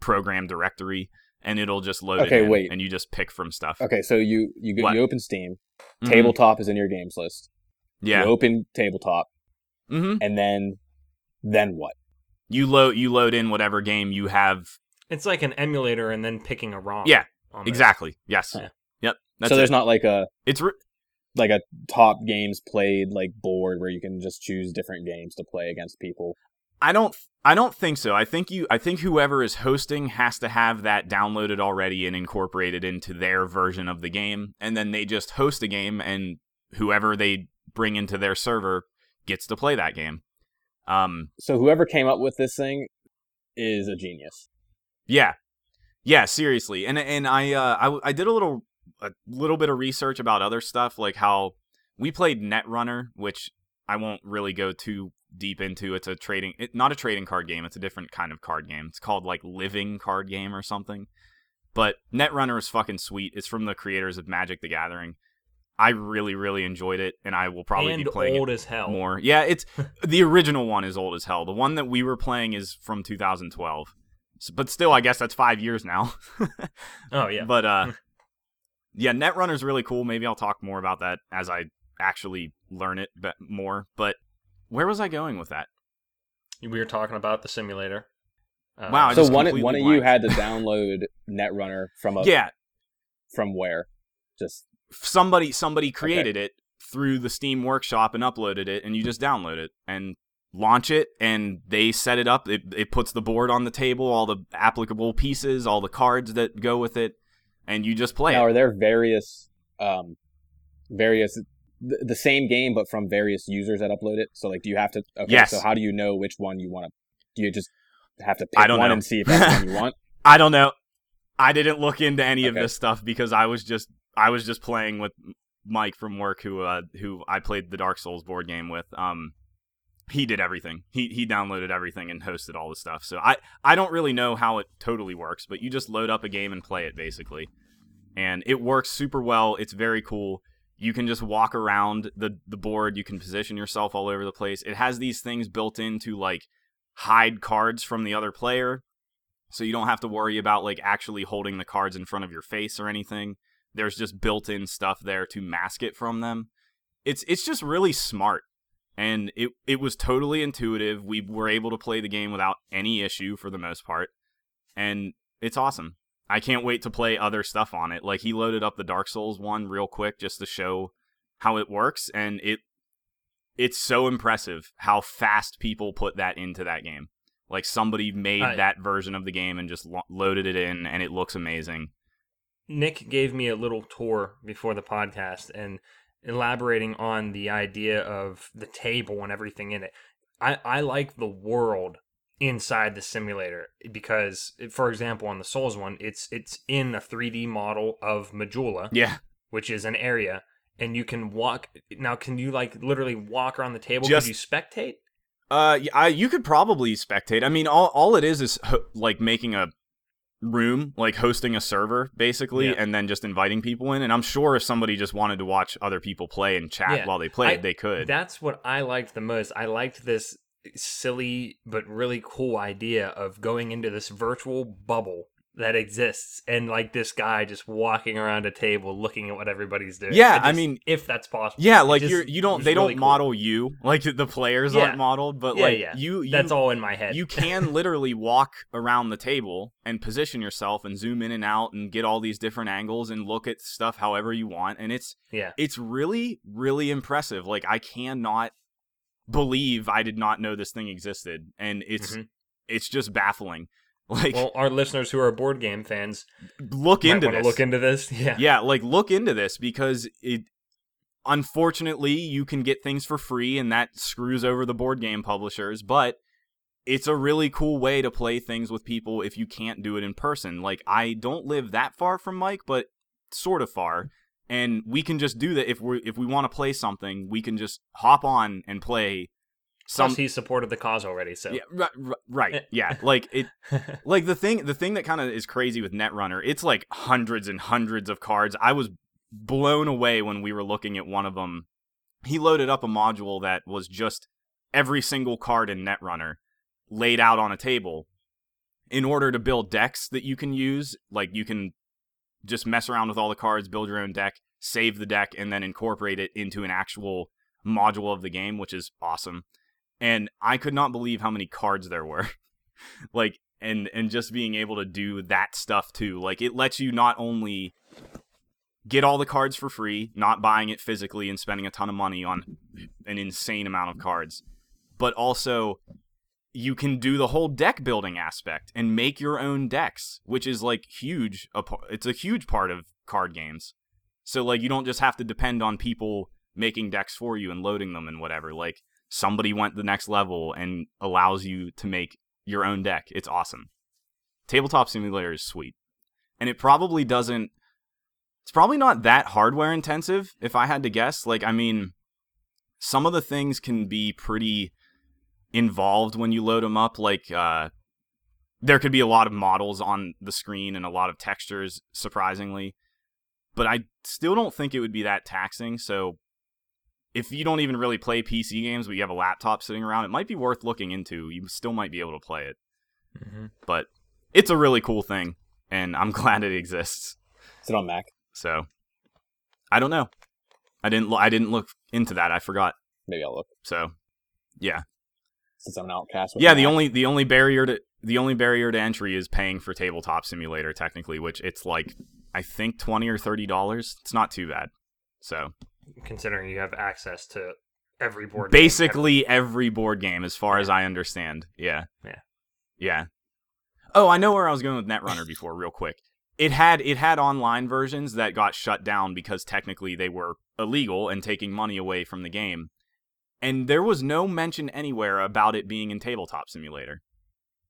S2: program directory, and it'll just load
S1: Okay,
S2: it in,
S1: wait.
S2: and you just pick from stuff.
S1: okay, so you you go,
S2: What?
S1: you open Steam.
S2: Mhm.
S1: Tabletop is in your games list.
S2: Yeah.
S1: You open tabletop,
S2: Mm-hmm.
S1: and then then what?
S2: You load you load in whatever game you have
S3: It's like an emulator and then picking a ROM.
S2: Yeah,
S3: almost.
S2: Exactly. Yes.
S3: Yeah.
S2: Yep. That's
S1: so
S2: it.
S1: there's not like a
S2: It's re-
S1: like a top games played like board where you can just choose different games to play against people.
S2: I don't I don't think so. I think you I think whoever is hosting has to have that downloaded already and incorporated into their version of the game and then they just host a game and whoever they bring into their server gets to play that game. Um
S1: So whoever came up with this thing is a genius.
S2: Yeah, yeah, seriously. And and I uh, I w- I did a little a little bit of research about other stuff, like how we played Netrunner, which I won't really go too deep into. It's a trading, it, not a trading card game. It's a different kind of card game. It's called like Living Card Game or something. But Netrunner is fucking sweet. It's from the creators of Magic the Gathering. I really, really enjoyed it, and I will probably
S3: and
S2: be playing
S3: old
S2: it
S3: as hell.
S2: more. Yeah, it's the original one is old as hell. The one that we were playing is from 2012. S- But still, I guess that's five years now.
S3: Oh yeah.
S2: But uh yeah, Netrunner's really cool. Maybe I'll talk more about that as I actually learn it be- more. But where was I going with that?
S3: we were talking about the simulator. Uh,
S2: Wow, I
S1: so
S2: just
S1: one
S2: completely
S1: one of you
S2: blanked.
S1: had to download Netrunner from a
S2: Yeah,
S1: from where? Just
S2: somebody somebody created it through the Steam Workshop and uploaded it and you just download it and launch it and they set it up. It it puts the board on the table, all the applicable pieces, all the cards that go with it, and you just play
S1: now
S2: it.
S1: are there various um various th- the same game but from various users that upload it? So like do you have to okay,
S2: Yes.
S1: so how do you know which one you want to do you just have to pick
S2: I don't
S1: one
S2: know.
S1: and see if that's the one you want?
S2: I don't know. I didn't look into any of
S1: Okay.
S2: this stuff because I was just I was just playing with Mike from work who uh who I played the Dark Souls board game with. Um he did everything. He he downloaded everything and hosted all the stuff. So I I don't really know how it totally works, but you just load up a game and play it basically. And it works super well. It's very cool. You can just walk around the the board, you can position yourself all over the place. It has these things built in to like hide cards from the other player so you don't have to worry about like actually holding the cards in front of your face or anything. There's just built-in stuff there to mask it from them. It's it's just really smart. And it it was totally intuitive. We were able to play the game without any issue for the most part. And it's awesome. I can't wait to play other stuff on it. Like he loaded up the Dark Souls one real quick just to show how it works and it it's so impressive how fast people put that into that game. Like somebody made
S3: I-
S2: that version of the game and just lo- loaded it in and it looks amazing.
S3: Nick gave me a little tour before the podcast and elaborating on the idea of the table and everything in it. I, I like the world inside the simulator because for example on the souls one it's it's in a 3d model of majula
S2: Yeah.
S3: which is an area and you can walk now can you like literally walk around the table
S2: Just-
S3: Can you spectate
S2: Uh y- I, you could probably spectate. I mean all all it is is ho- like making a room, like hosting a server basically
S3: Yeah.
S2: and then just inviting people in and I'm sure if somebody just wanted to watch other people play and chat
S3: Yeah.
S2: while they played,
S3: I-
S2: they could.
S3: That's what I liked the most. I liked this silly but really cool idea of going into this virtual bubble that exists and like this guy just walking around a table looking at what everybody's doing.
S2: Yeah, I
S3: just-
S2: mean-
S3: if that's possible.
S2: Yeah, like
S3: just-
S2: you're you don't
S3: it's
S2: they don't
S3: really cool.
S2: model you like the players
S3: Yeah.
S2: aren't modeled, but
S3: Yeah,
S2: like
S3: yeah.
S2: you, you
S3: that's all in my head.
S2: you can literally walk around the table and position yourself and zoom in and out and get all these different angles and look at stuff however you want, and it's
S3: yeah.
S2: it's really really impressive. Like I cannot believe I did not know this thing existed, and it's
S3: Mhm.
S2: it's just baffling. Like
S3: Well, our listeners who are board game fans
S2: look
S3: might
S2: into
S3: wanna
S2: this.
S3: look into this. Yeah.
S2: yeah like look into this because it unfortunately you can get things for free and that screws over the board game publishers but it's a really cool way to play things with people if you can't do it in person like i don't live that far from mike but sort of far and we can just do that if we if we want to play something we can just hop on and play some
S3: Plus he supported the cause already, so
S2: yeah, right, right yeah like it like the thing the thing that kind of is crazy with netrunner it's like hundreds and hundreds of cards i was blown away when we were looking at one of them he loaded up a module that was just every single card in netrunner laid out on a table in order to build decks that you can use like you can just mess around with all the cards build your own deck save the deck and then incorporate it into an actual module of the game which is awesome and i could not believe how many cards there were like and and just being able to do that stuff too like it lets you not only get all the cards for free not buying it physically and spending a ton of money on an insane amount of cards but also you can do the whole deck building aspect and make your own decks which is like huge a par- it's a huge part of card games so like you don't just have to depend on people making decks for you and loading them and whatever like somebody went the next level and allows you to make your own deck. It's awesome. Tabletop Simulator is sweet. And it probably doesn't it's probably not that hardware intensive if I had to guess. Like I mean some of the things can be pretty involved when you load them up like uh there could be a lot of models on the screen and a lot of textures, surprisingly. But I still don't think it would be that taxing. So if you don't even really play PC games, but you have a laptop sitting around, it might be worth looking into. You still might be able to play it.
S3: Mm-hmm.
S2: But it's a really cool thing, and I'm glad it exists.
S1: Is it on Mac?
S2: So I don't know. I didn't. Lo- I didn't look into that. I forgot.
S1: Maybe I'll look
S2: So yeah,
S1: since I'm an outcast. with
S2: yeah.
S1: an
S2: The
S1: app.
S2: only the only barrier to the only barrier to entry is paying for Tabletop Simulator technically, which it's like I think twenty or thirty dollars. It's not too bad. So
S3: Considering you have access to every board. game
S2: basically every board game, as far as I understand. Yeah.
S3: Yeah.
S2: Yeah. Oh, I know where I was going with Netrunner before. Real quick, it had it had online versions that got shut down because technically they were illegal and taking money away from the game. And there was no mention anywhere about it being in Tabletop Simulator.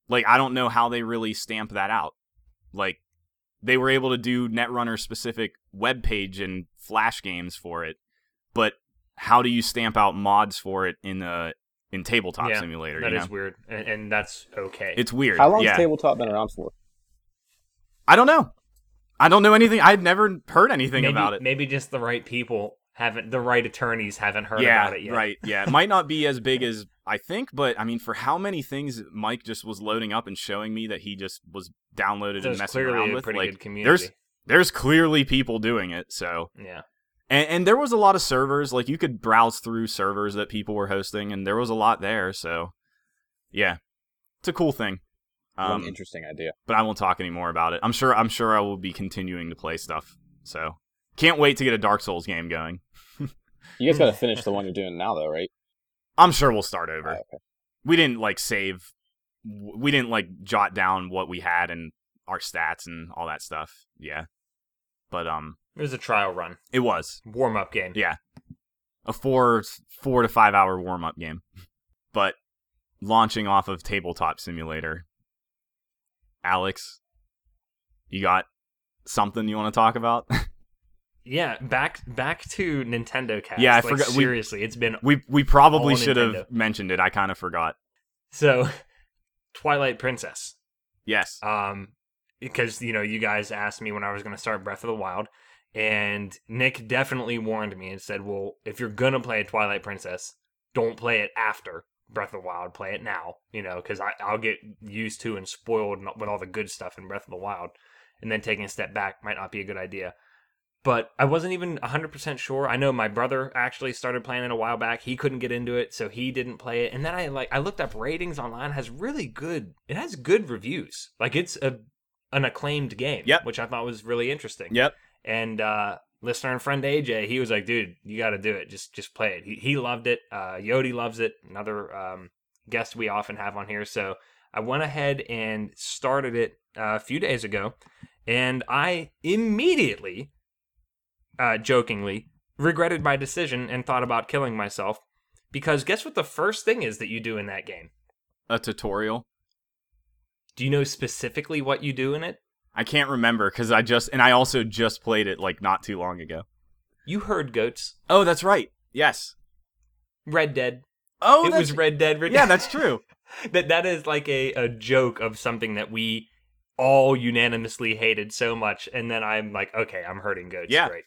S2: Like I don't know how they really stamp that out. Like they were able to do Netrunner specific web page and flash games for it, but how do you stamp out mods for it in a in Tabletop
S3: Yeah,
S2: Simulator?
S3: That
S2: you
S3: is
S2: know?
S3: weird, and, and that's okay.
S2: It's weird.
S1: How long's
S2: yeah.
S1: tabletop been around for?
S2: I don't know. I don't know anything. I'd never heard anything
S3: maybe,
S2: about it.
S3: Maybe just the right people haven't, the right attorneys haven't heard
S2: yeah,
S3: about it yet.
S2: right. Yeah, it might not be as big as I think, but I mean, for how many things Mike just was loading up and showing me that he just was downloaded and
S3: There's
S2: messing around
S3: clearly a
S2: with,
S3: pretty
S2: like,
S3: good community.
S2: there's clearly people doing it. So,
S3: Yeah.
S2: and, and there was a lot of servers. Like, you could browse through servers that people were hosting, and there was a lot there. So, yeah, it's a cool thing.
S1: What an
S2: Um,
S1: interesting idea.
S2: but I won't talk any more about it. I'm sure I'm sure I will be continuing to play stuff. So can't wait to get a Dark Souls game going.
S1: You guys got to finish the one you're doing now, though, right?
S2: I'm sure we'll start over.
S1: Oh, okay.
S2: We didn't like save we didn't like jot down what we had and our stats and all that stuff. Yeah. But um
S3: It was a trial run,
S2: it was
S3: warm up game.
S2: Yeah. a 4 4 to 5 hour warm up game. But launching off of Tabletop Simulator. Alex, you got something you want to talk about?
S3: Yeah, back back to Nintendo Cast.
S2: Yeah, I
S3: Like,
S2: forgot- we-
S3: Seriously, it's been
S2: We we probably
S3: All
S2: should have
S3: Nintendo.
S2: mentioned it. I kind of forgot.
S3: so. Twilight Princess.
S2: Yes.
S3: um because you know you guys asked me when I was going to start Breath of the Wild and Nick definitely warned me and said, "Well, if you're going to play Twilight Princess, don't play it after Breath of the Wild, play it now, you know, cuz I I'll get used to and spoiled n- with all the good stuff in Breath of the Wild and then taking a step back might not be a good idea." But I wasn't even 100% sure. I know my brother actually started playing it a while back. He couldn't get into it, so he didn't play it. And then I like I looked up ratings online. It has really good. It has good reviews. Like it's a an acclaimed game,
S2: Yep.
S3: which I thought was really interesting.
S2: Yep.
S3: And uh, listener and friend AJ, he was like, "Dude, you got to do it. Just just play it." He, he loved it. Uh, Yodi loves it. Another um, guest we often have on here. So I went ahead and started it uh, a few days ago, and I immediately, uh, jokingly, regretted my decision and thought about killing myself because guess what the first thing is that you do in that game?
S2: A tutorial.
S3: Do you know specifically what you do in it?
S2: I can't remember cuz I just and I also just played it like not too long ago.
S3: You heard goats.
S2: Oh, that's right. Yes.
S3: Red Dead.
S2: Oh,
S3: it
S2: that's,
S3: was Red Dead. Red
S2: Yeah, that's true.
S3: that that is like a, a joke of something that we all unanimously hated so much and then i'm like okay i'm hurting goats
S2: Yeah.
S3: great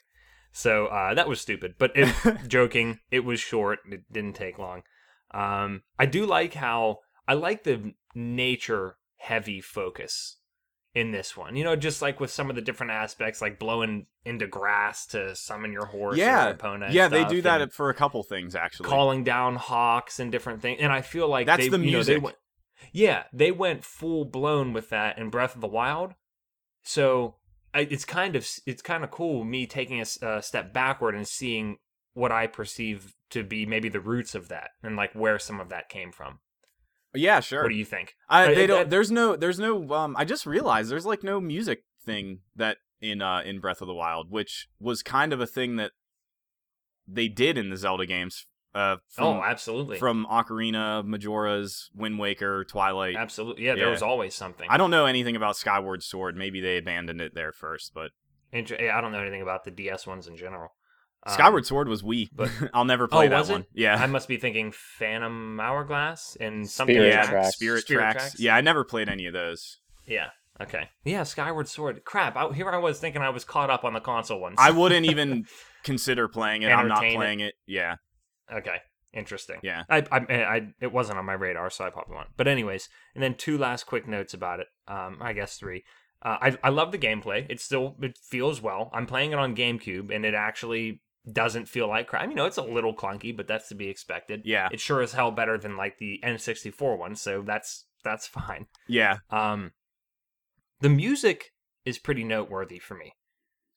S3: so uh, that was stupid but it, joking it was short it didn't take long um, i do like how i like the nature heavy focus in this one you know just like with some of the different aspects like blowing into grass to summon your horse
S2: Yeah.
S3: or opponent
S2: yeah, they do that
S3: and
S2: for a couple things actually.
S3: calling down hawks and different things. And I feel like
S2: That's
S3: they,
S2: the
S3: you know, they
S2: music.
S3: went, yeah, they went full blown with that in Breath of the Wild. So I, it's kind of it's kind of cool me taking a s- a step backward and seeing what I perceive to be maybe the roots of that and like where some of that came from.
S2: yeah, sure.
S3: What do you think?
S2: I,
S3: I-
S2: they
S3: I-
S2: don't
S3: I-
S2: there's no there's no um I just realized there's like no music thing that in uh in Breath of the Wild, which was kind of a thing that they did in the Zelda games uh
S3: oh,
S2: from
S3: absolutely.
S2: from Ocarina, Majora's, Wind Waker, Twilight.
S3: absolutely. Yeah, there
S2: Yeah.
S3: was always something.
S2: I don't know anything about Skyward Sword. Maybe they abandoned it there first, but
S3: Inter- I don't know anything about the DS ones in general. Um,
S2: Skyward Sword was Wii, but I'll never play
S3: Oh,
S2: that
S3: was it?
S2: one. Yeah.
S3: I must be thinking Phantom Hourglass and something.
S1: Spirit
S2: yeah,
S3: Tracks.
S1: Tracks.
S2: Spirit,
S3: Spirit
S2: tracks.
S3: Tracks.
S2: Yeah, I never played any of those.
S3: Yeah. Okay. Yeah, Skyward Sword. Crap. I, here I was thinking I was caught up on the console ones.
S2: I wouldn't even consider playing it. I'm not
S3: Entertain it.
S2: playing it. Yeah.
S3: Okay. Interesting.
S2: Yeah.
S3: I, I, I, it wasn't on my radar, so I probably won't. But anyways, and then two last quick notes about it. Um, I guess three. Uh, I, I love the gameplay. It still it feels well. I'm playing it on GameCube, and it actually doesn't feel like crap. I mean, no, it's a little clunky, but that's to be expected.
S2: Yeah.
S3: It sure as hell better than like the N64 one, so that's that's fine.
S2: Yeah.
S3: Um, the music is pretty noteworthy for me.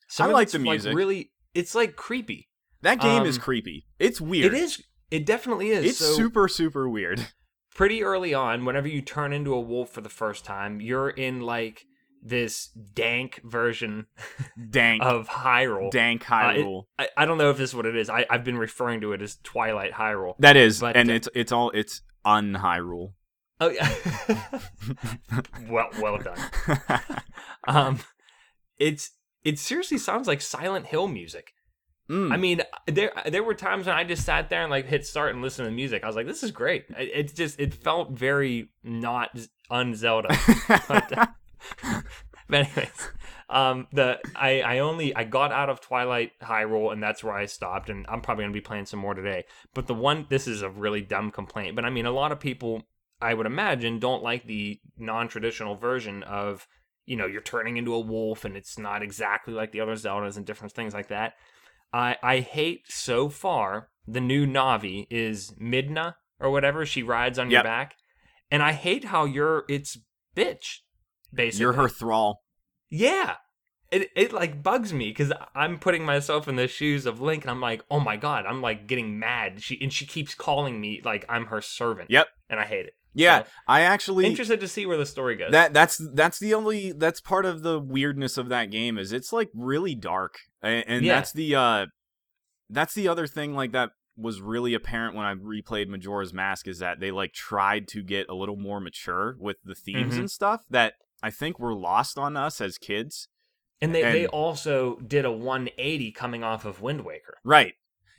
S3: Some
S2: I
S3: of
S2: like
S3: it's,
S2: the music.
S3: really, it's like creepy.
S2: That game is
S3: Um,
S2: creepy. It's weird.
S3: It is. It definitely is.
S2: It's
S3: so
S2: super super weird.
S3: pretty early on. Whenever you turn into a wolf for the first time, you're in like this dank version
S2: Dank.
S3: of Hyrule.
S2: dank
S3: Oh, Uh, it-
S2: Hyrule.
S3: I, I don't know if this is what it is. I, I've been referring to it as Twilight Hyrule.
S2: that is,
S3: but,
S2: and
S3: uh,
S2: it's it's all it's un Hyrule.
S3: Oh yeah. well, well done. Um, it's it seriously sounds like Silent Hill music.
S2: Mm.
S3: I mean, there there were times when I just sat there and like hit start and listen to the music. I was like, this is great. It, it's just it felt very not un Zelda. but anyways, um, the I I only I got out of Twilight Hyrule and that's where I stopped. And I'm probably gonna be playing some more today. But the one this is a really dumb complaint. But I mean, a lot of people I would imagine don't like the non traditional version of you know you're turning into a wolf and it's not exactly like the other Zeldas and different things like that. I I hate so far the new Navi is Midna or whatever she rides on your
S2: Yep.
S3: back, and I hate how you're it's bitch basically.
S2: You're her thrall.
S3: yeah. It, it like bugs me because I'm putting myself in the shoes of Link and I'm like, oh my god, I'm like getting mad. She and she keeps calling me like I'm her servant.
S2: Yep.
S3: and I hate it.
S2: Yeah,
S3: So,
S2: I actually
S3: interested to see where the story goes.
S2: that that's that's the only that's part of the weirdness of that game is it's like really dark and, and
S3: Yeah.
S2: that's the uh that's the other thing like that was really apparent when I replayed Majora's Mask is that they like tried to get a little more mature with the themes
S3: Mhm.
S2: and stuff that I think were lost on us as kids.
S3: and they they
S2: and-
S3: also did a 180 coming off of Wind Waker.
S2: Right.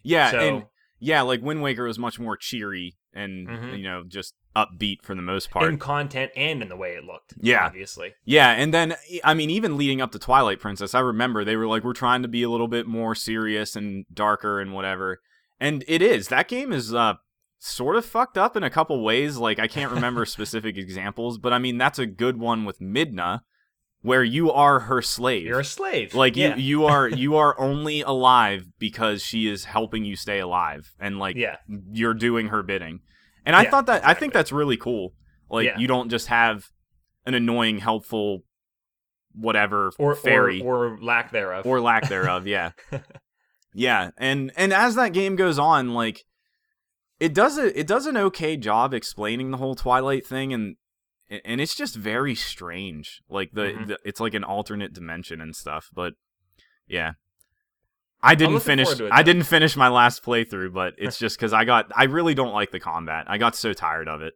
S2: Yeah,
S3: so
S2: and yeah, like Wind Waker was much more cheery and
S3: Mhm.
S2: you know just upbeat for the most part.
S3: in content and in the way it looked.
S2: Yeah.
S3: obviously.
S2: Yeah, and then e, I mean, even leading up to Twilight Princess, I remember they were like, "We're trying to be a little bit more serious and darker and whatever." And it is that game is uh, sort of fucked up in a couple ways. Like I can't remember specific examples, but I mean that's a good one with Midna, where you are her slave.
S3: You're a slave.
S2: like
S3: yeah.
S2: you, you are you are only alive because she is helping you stay alive, and like
S3: yeah.
S2: you're doing her bidding. And I
S3: Yeah,
S2: thought that I think
S3: exactly.
S2: that's really cool. Like
S3: Yeah.
S2: you don't just have an annoying, helpful, whatever
S3: Or,
S2: fairy
S3: or or lack thereof.
S2: or lack thereof. Yeah, yeah. And and as that game goes on, like it does a, it does an okay job explaining the whole Twilight thing, and and it's just very strange. Like the,
S3: Mhm.
S2: the it's like an alternate dimension and stuff. But yeah. I didn't
S3: looking
S2: finish.
S3: forward to it,
S2: I
S3: though.
S2: didn't finish my last playthrough, but it's just because I got. I really don't like the combat. I got so tired of it.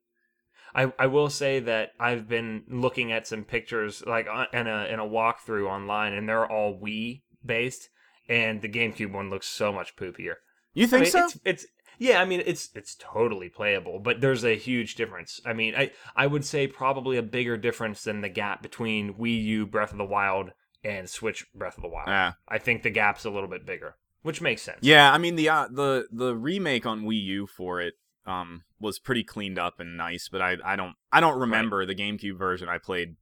S3: I, I will say that I've been looking at some pictures like on- in a in a walkthrough online, and they're all Wii based, and the GameCube one looks so much poopier.
S2: You think
S3: I mean,
S2: so?
S3: It's, it's yeah. I mean, it's it's totally playable, but there's a huge difference. I mean, I I would say probably a bigger difference than the gap between Wii U Breath of the Wild and Switch Breath of the Wild.
S2: Yeah.
S3: I think the gap's a little bit bigger, which makes sense.
S2: Ah. Yeah, I mean the uh, the the remake on Wii U for it um was pretty cleaned up and nice, but I I don't I don't remember the GameCube version I played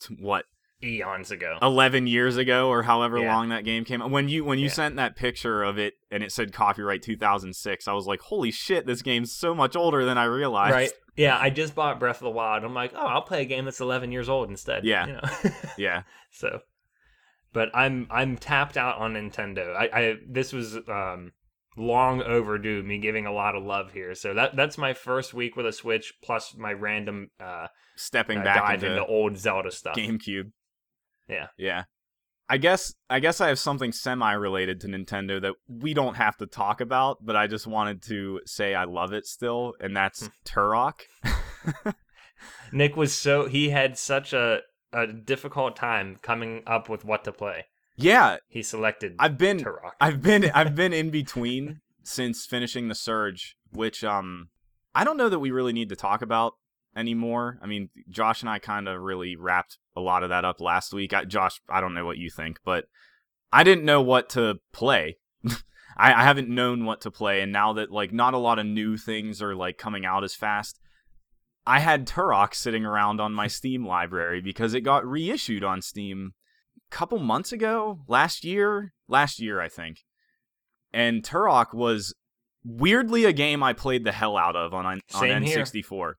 S2: t- what
S3: Eons ago.
S2: 11 years ago or however
S3: Yeah.
S2: long that game came out. When you when you
S3: Yeah.
S2: sent that picture of it and it said copyright 2006, I was like, "Holy shit, this game's so much older than I realized."
S3: Right. Yeah, I just bought Breath of the Wild. I'm like, oh, I'll play a game that's 11 years old instead.
S2: Yeah.
S3: You know?
S2: Yeah.
S3: so, but I'm I'm tapped out on Nintendo. I, I this was um long overdue. Me giving a lot of love here. So that that's my first week with a Switch plus my random uh,
S2: Stepping
S3: uh,
S2: back
S3: dive
S2: into
S3: into old Zelda stuff.
S2: GameCube.
S3: Uh, Yeah.
S2: Yeah. I guess I guess I have something semi related to Nintendo that we don't have to talk about, but I just wanted to say I love it still, and that's Turok.
S3: Nick was so he had such a a difficult time coming up with what to play.
S2: Yeah,
S3: He selected
S2: I've been
S3: Turok.
S2: I've been I've been in between since finishing the surge, which um I don't know that we really need to talk about anymore. I mean, Josh and I kind of really wrapped a lot of that up last week. I, Josh, I don't know what you think, but I didn't know what to play. I, I haven't known what to play, and now that like not a lot of new things are like coming out as fast. I had Turok sitting around on my Steam library because it got reissued on Steam couple months ago, last year, last year I think. And Turok was weirdly a game I played the hell out of on on
S3: Same here.
S2: N64.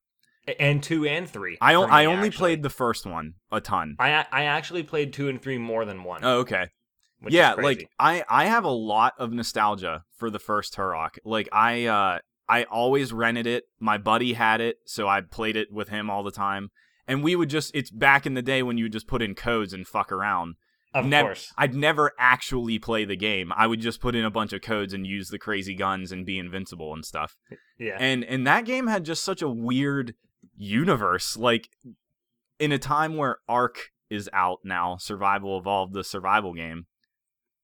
S3: and two and three.
S2: I o-
S3: for me,
S2: I only
S3: actually.
S2: played the first one a ton.
S3: I I actually played two and three more than one.
S2: Oh, okay.
S3: which
S2: yeah,
S3: is crazy.
S2: like I I have a lot of nostalgia for the first Turok. Like I uh I always rented it. My buddy had it, so I played it with him all the time. And we would just it's back in the day when you would just put in codes and fuck around.
S3: of
S2: nev-
S3: course.
S2: I'd never actually play the game. I would just put in a bunch of codes and use the crazy guns and be invincible and stuff.
S3: Yeah.
S2: And and that game had just such a weird universe. Like in a time where Ark is out now, Survival Evolved, the survival game.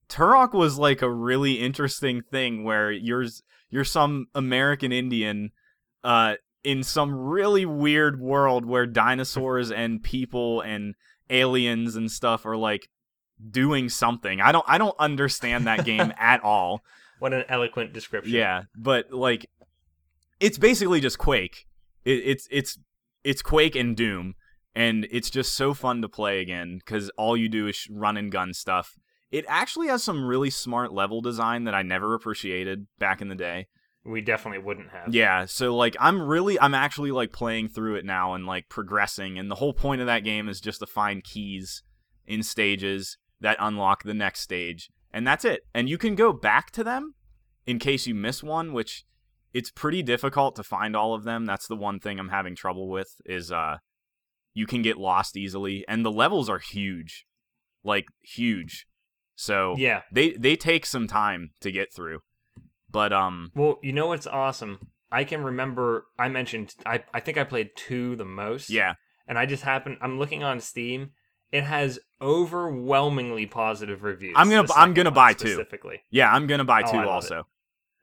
S2: Turok was like a really interesting thing where you're you're some American Indian uh in some really weird world where dinosaurs and people and aliens and stuff are like doing something. I don't I don't understand that game at all.
S3: what an eloquent description.
S2: Yeah, but like, it's basically just Quake. It, it's it's it's Quake and Doom, and it's just so fun to play again because all you do is sh- run and gun stuff. It actually has some really smart level design that I never appreciated back in the day.
S3: We definitely wouldn't have.
S2: Yeah, so like I'm really I'm actually like playing through it now and like progressing and the whole point of that game is just to find keys in stages that unlock the next stage and that's it. And you can go back to them in case you miss one, which it's pretty difficult to find all of them. That's the one thing I'm having trouble with is uh you can get lost easily and the levels are huge. Like huge. So
S3: Yeah.
S2: they they take some time to get through. But um
S3: Well, you know what's awesome? I can remember I mentioned I I think I played two the most.
S2: yeah,
S3: And I just happened I'm looking on Steam. It has overwhelmingly positive reviews.
S2: I'm gonna-
S3: the
S2: I'm
S3: second
S2: gonna
S3: one
S2: buy two.
S3: specifically.
S2: Yeah, I'm gonna buy
S3: Oh,
S2: two
S3: I love
S2: also.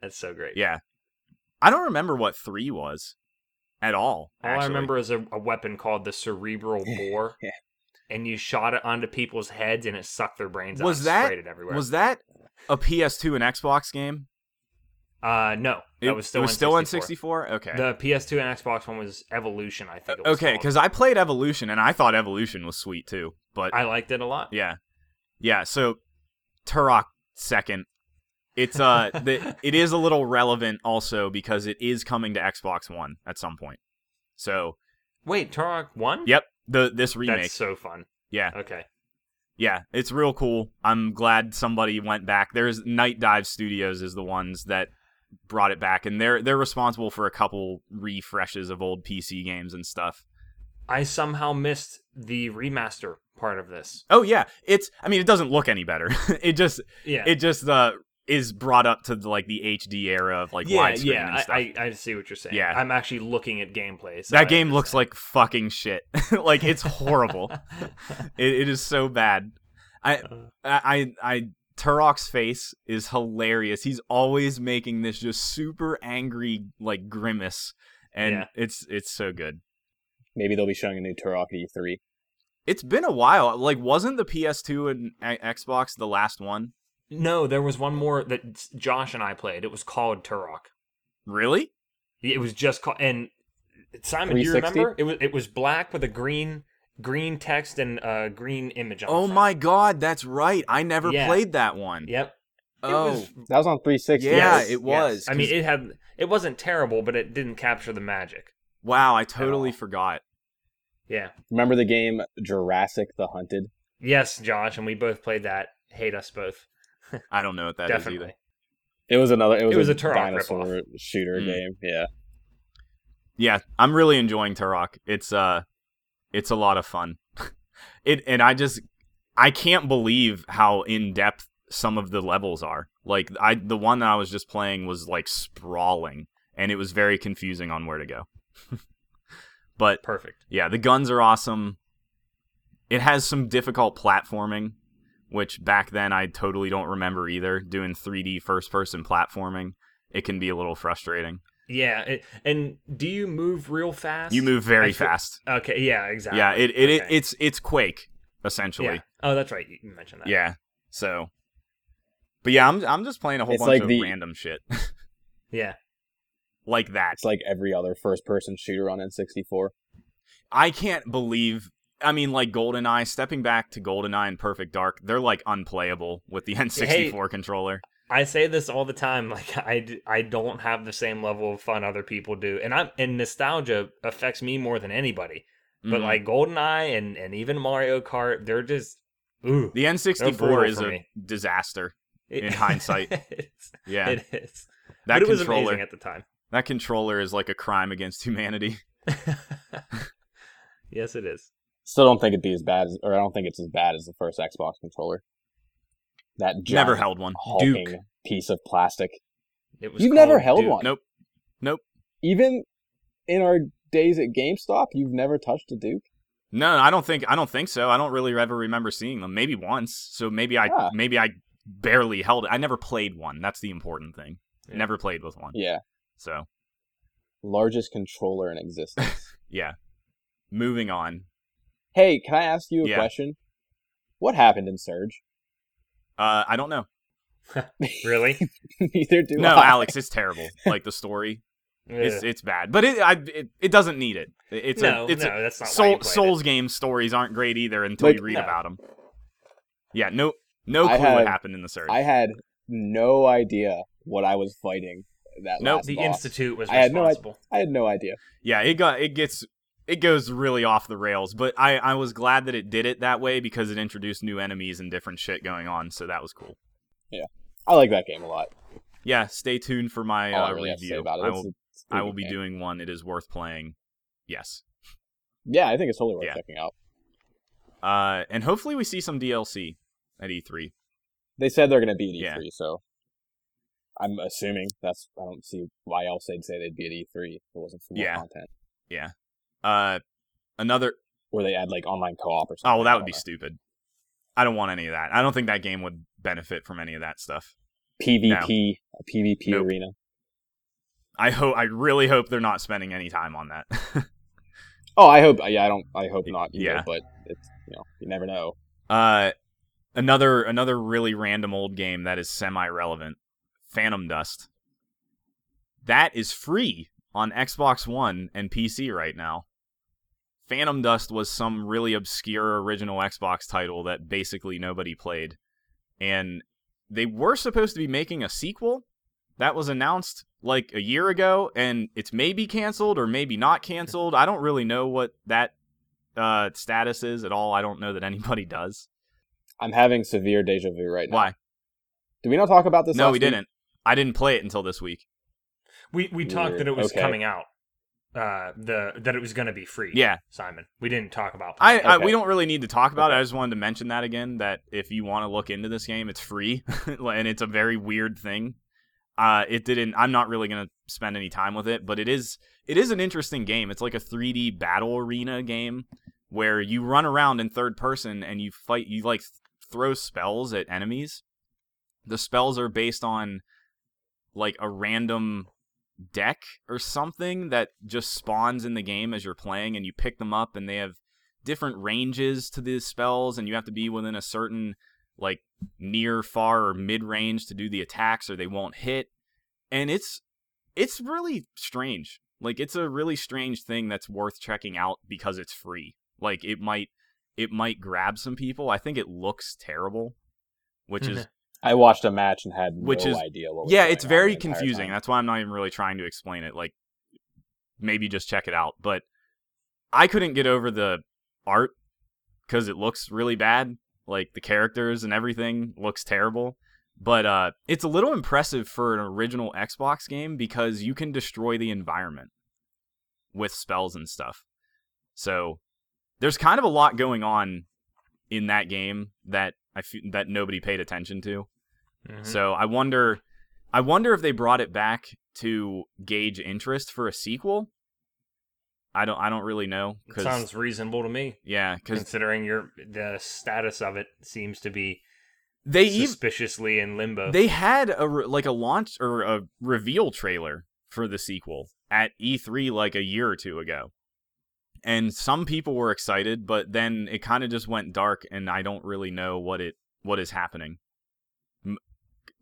S3: That's so great.
S2: Yeah, I don't remember what three was at all.
S3: All I
S2: actually.
S3: remember is a, a weapon called the cerebral bore.
S1: Yeah.
S3: And you shot it onto people's heads and it sucked their brains
S2: Was
S3: out and
S2: that-
S3: sprayed it everywhere.
S2: was that a PS2 and Xbox game.
S3: uh no. That was still
S2: it was
S3: N64.
S2: still on 64. Okay,
S3: The PS2 and Xbox one was Evolution, I think it was
S2: okay,
S3: called.
S2: because I played Evolution and I thought Evolution was sweet too. But
S3: I liked it a lot.
S2: yeah, yeah. So Turok second. It's uh, the, it is a little relevant also because it is coming to Xbox One at some point. So
S3: Wait, Turok 1?
S2: yep, the this remake.
S3: That's so fun.
S2: yeah,
S3: Okay.
S2: yeah, it's real cool. I'm glad somebody went back. There's Night Dive Studios is the ones that brought it back, and they're they're responsible for a couple refreshes of old PC games and stuff.
S3: I somehow missed the remaster part of this.
S2: Oh yeah, it's. I mean, it doesn't look any better. it just
S3: Yeah.
S2: it just uh is brought up to like the HD era of like
S3: yeah,
S2: widescreen
S3: yeah.
S2: and stuff.
S3: I, I, I see what you're saying.
S2: Yeah.
S3: I'm actually looking at gameplay. so I
S2: that game looks
S3: understand.
S2: like fucking shit. like it's horrible. it, it is so bad.
S3: Uh,
S2: I, I, I, Turok's face is hilarious. He's always making this just super angry, like grimace, and
S3: Yeah.
S2: it's it's so good.
S1: Maybe they'll be showing a new Turok at E3.
S2: It's been a while. Like, wasn't the PS2 and a- Xbox the last one?
S3: no, there was one more that Josh and I played. It was called Turok.
S2: Really?
S3: It was just called and Simon, do you
S1: 360?
S3: remember? It was it was black with a green green text and uh, green image on the
S2: Oh
S3: front.
S2: my god, that's right. I never
S3: Yeah.
S2: played that one.
S3: Yep.
S2: Oh,
S3: It was
S1: That was on 360.
S2: Yeah,
S1: right?
S2: it was,
S3: I mean,
S2: 'cause-
S3: it had it wasn't terrible, but it didn't capture the magic.
S2: wow, I totally
S3: all.
S2: forgot.
S3: Yeah.
S1: Remember the game Jurassic the Hunted?
S3: Yes, Josh, and we both played that. Hate us both.
S2: I don't know what that is
S3: Definitely.
S2: either.
S1: It was another. It was,
S3: was
S1: a,
S3: a Turok
S1: dinosaur
S3: ripoff.
S1: shooter
S2: Mm.
S1: game. Yeah,
S2: Yeah, I'm really enjoying Turok. It's uh it's a lot of fun. it and I just I can't believe how in depth some of the levels are. Like I the one that I was just playing was like sprawling and it was very confusing on where to go. but
S3: Perfect.
S2: yeah, the guns are awesome. It has some difficult platforming, which back then I totally don't remember either. Doing 3D first person platforming, it can be a little frustrating.
S3: Yeah, it, and do you move real fast?
S2: You move very
S3: I feel-
S2: fast.
S3: Okay, yeah, exactly.
S2: Yeah, it, it, it
S3: Okay.
S2: it's it's Quake essentially.
S3: Oh, that's right. You mentioned
S2: Yeah.
S3: that.
S2: So But yeah, I'm I'm just playing a whole
S1: It's
S2: bunch
S1: like
S2: of
S1: the-
S2: random shit
S3: yeah.
S2: like that.
S1: It's like every other first person shooter on N64.
S2: I can't believe I mean like GoldenEye, stepping back to GoldenEye and Perfect Dark, they're like unplayable with the N64 controller.
S3: I say this all the time. Like I, d- I don't have the same level of fun other people do, and I'm and nostalgia affects me more than anybody. But
S2: Mhm.
S3: like GoldenEye and and even Mario Kart, they're just ooh.
S2: the N64
S3: brutal
S2: is
S3: for
S2: a
S3: me.
S2: disaster.
S3: It-
S2: in hindsight,
S3: it's-
S2: Yeah.
S3: it is.
S2: that
S3: but it was
S2: controller
S3: amazing at the time.
S2: that controller is like a crime against humanity.
S3: yes, it is.
S1: Still don't think it'd be as bad as, or I don't think it's as bad as the first Xbox controller. That giant,
S2: Never held one.
S1: hulking
S2: Duke.
S1: piece of plastic.
S3: It was
S1: You've never
S3: called
S1: held
S3: Duke.
S1: one.
S2: Nope.
S1: Even in our days at GameStop, you've never touched a Duke.
S2: No, I don't think I don't think so. I don't really ever remember seeing them. Maybe once. So maybe I
S1: Ah.
S2: maybe I barely held it. I never played one. That's the important thing.
S3: Yeah.
S2: Never played with one.
S1: Yeah,
S2: So
S1: largest controller in existence.
S2: yeah. Moving on.
S1: hey, can I ask you a
S2: Yeah.
S1: question? What happened in Surge?
S2: Uh, I don't know.
S3: Really?
S1: Neither do
S2: no,
S1: I.
S2: Alex, it's terrible. Like the story, it's
S3: Ugh.
S2: it's bad, but it I, it, it doesn't need it. It's
S3: no,
S2: a, it's
S3: no, that's
S2: a,
S3: not why you
S2: Soul,
S3: played
S2: Souls game stories aren't great either until
S1: Like-
S2: you read
S3: No.
S2: about them. Yeah, no no clue
S1: I
S2: what
S1: have-
S2: happened in the surge.
S1: I had no idea what I was fighting. That
S2: Nope,
S3: it.
S1: last
S3: The
S1: boss.
S3: institute was
S1: I had no idea.
S3: responsible.
S1: I had no idea.
S2: yeah, it got it gets it goes really off the rails, but I I was glad that it did it that way because it introduced new enemies and different shit going on, so that was cool.
S1: I like that game a lot.
S2: Yeah, stay tuned for my
S1: All Oh, I
S2: uh,
S1: really have to say
S2: review.
S1: about it.
S2: I
S1: It's
S2: will
S1: a- it's a pretty
S2: I will
S1: good
S2: be
S1: game.
S2: doing one. It is worth playing. Yes.
S1: Yeah, I think it's totally worth
S2: Yeah.
S1: checking out.
S2: Uh, and hopefully we see some DLC at E E3.
S1: They said they're going to be at
S2: Yeah.
S1: E3, so I'm assuming that's. I don't see why else they'd say they'd be at E3 if it wasn't for more
S2: Yeah.
S1: content,
S2: Uh, another.
S1: or they add like online co-op or something.
S2: Oh, well,
S1: I
S2: that would
S1: don't
S2: be
S1: know.
S2: stupid. I don't want any of that. I don't think that game would benefit from any of that stuff.
S1: PvP, a PvP
S2: Nope.
S1: arena.
S2: I hope. I really hope they're not spending any time on that.
S1: Oh, I hope. Yeah, I don't. I hope not. Either,
S2: Yeah.
S1: but it's you know you never know.
S2: uh, another another really random old game that is semi-relevant. Phantom Dust. That is free on Xbox One and PC right now. Phantom Dust was some really obscure original Xbox title that basically nobody played. And they were supposed to be making a sequel that was announced like a year ago, and it's maybe canceled or maybe not canceled. I don't really know what that uh, status is at all. I don't know that anybody does.
S1: I'm having severe deja vu right now.
S2: Why?
S1: Did we not talk about this?
S2: No,
S1: last
S2: we
S1: week?
S2: didn't. I didn't play it until this week.
S3: We we talked
S1: Weird.
S3: that it was
S1: Okay.
S3: coming out. Uh, the that it was going to be free.
S2: Yeah,
S3: Simon. We didn't talk about.
S2: I, I
S1: Mm. Okay.
S2: we don't really need to talk about it.
S1: Okay.
S2: I just wanted to mention that again. That if you want to look into this game, it's free, and it's a very weird thing. Uh, it didn't. I'm not really gonna spend any time with it, but it is it is an interesting game. It's like a 3D battle arena game where you run around in third person and you fight. You like th- throw spells at enemies. The spells are based on like a random deck or something that just spawns in the game as you're playing and you pick them up and they have different ranges to these spells and you have to be within a certain like near far or mid range to do the attacks or they won't hit and it's it's really strange like it's a really strange thing that's worth checking out because it's free like it might it might grab some people i think it looks terrible which is
S1: I watched a match and had
S2: Which
S1: no
S2: is-
S1: idea what. Was
S2: yeah
S1: going
S2: it's
S1: on
S2: very
S1: the entire
S2: confusing
S1: time.
S2: that's why i'm not even really trying to explain it like maybe just check it out but i couldn't get over the art because it looks really bad like the characters and everything looks terrible but uh, it's a little impressive for an original xbox game because you can destroy the environment with spells and stuff so there's kind of a lot going on in that game that I fe- that nobody paid attention to
S3: Mhm.
S2: so I wonder, I wonder if they brought it back to gauge interest for a sequel. I don't, I don't really know.
S3: It
S2: 'cause-
S3: sounds reasonable to me,
S2: yeah, because
S3: considering your the status of it seems to be
S2: They even
S3: suspiciously in limbo.
S2: they had a re- like a launch or a reveal trailer for the sequel at E3 like a year or two ago. And some people were excited, but then it kind of just went dark and I don't really know what it what is happening. M-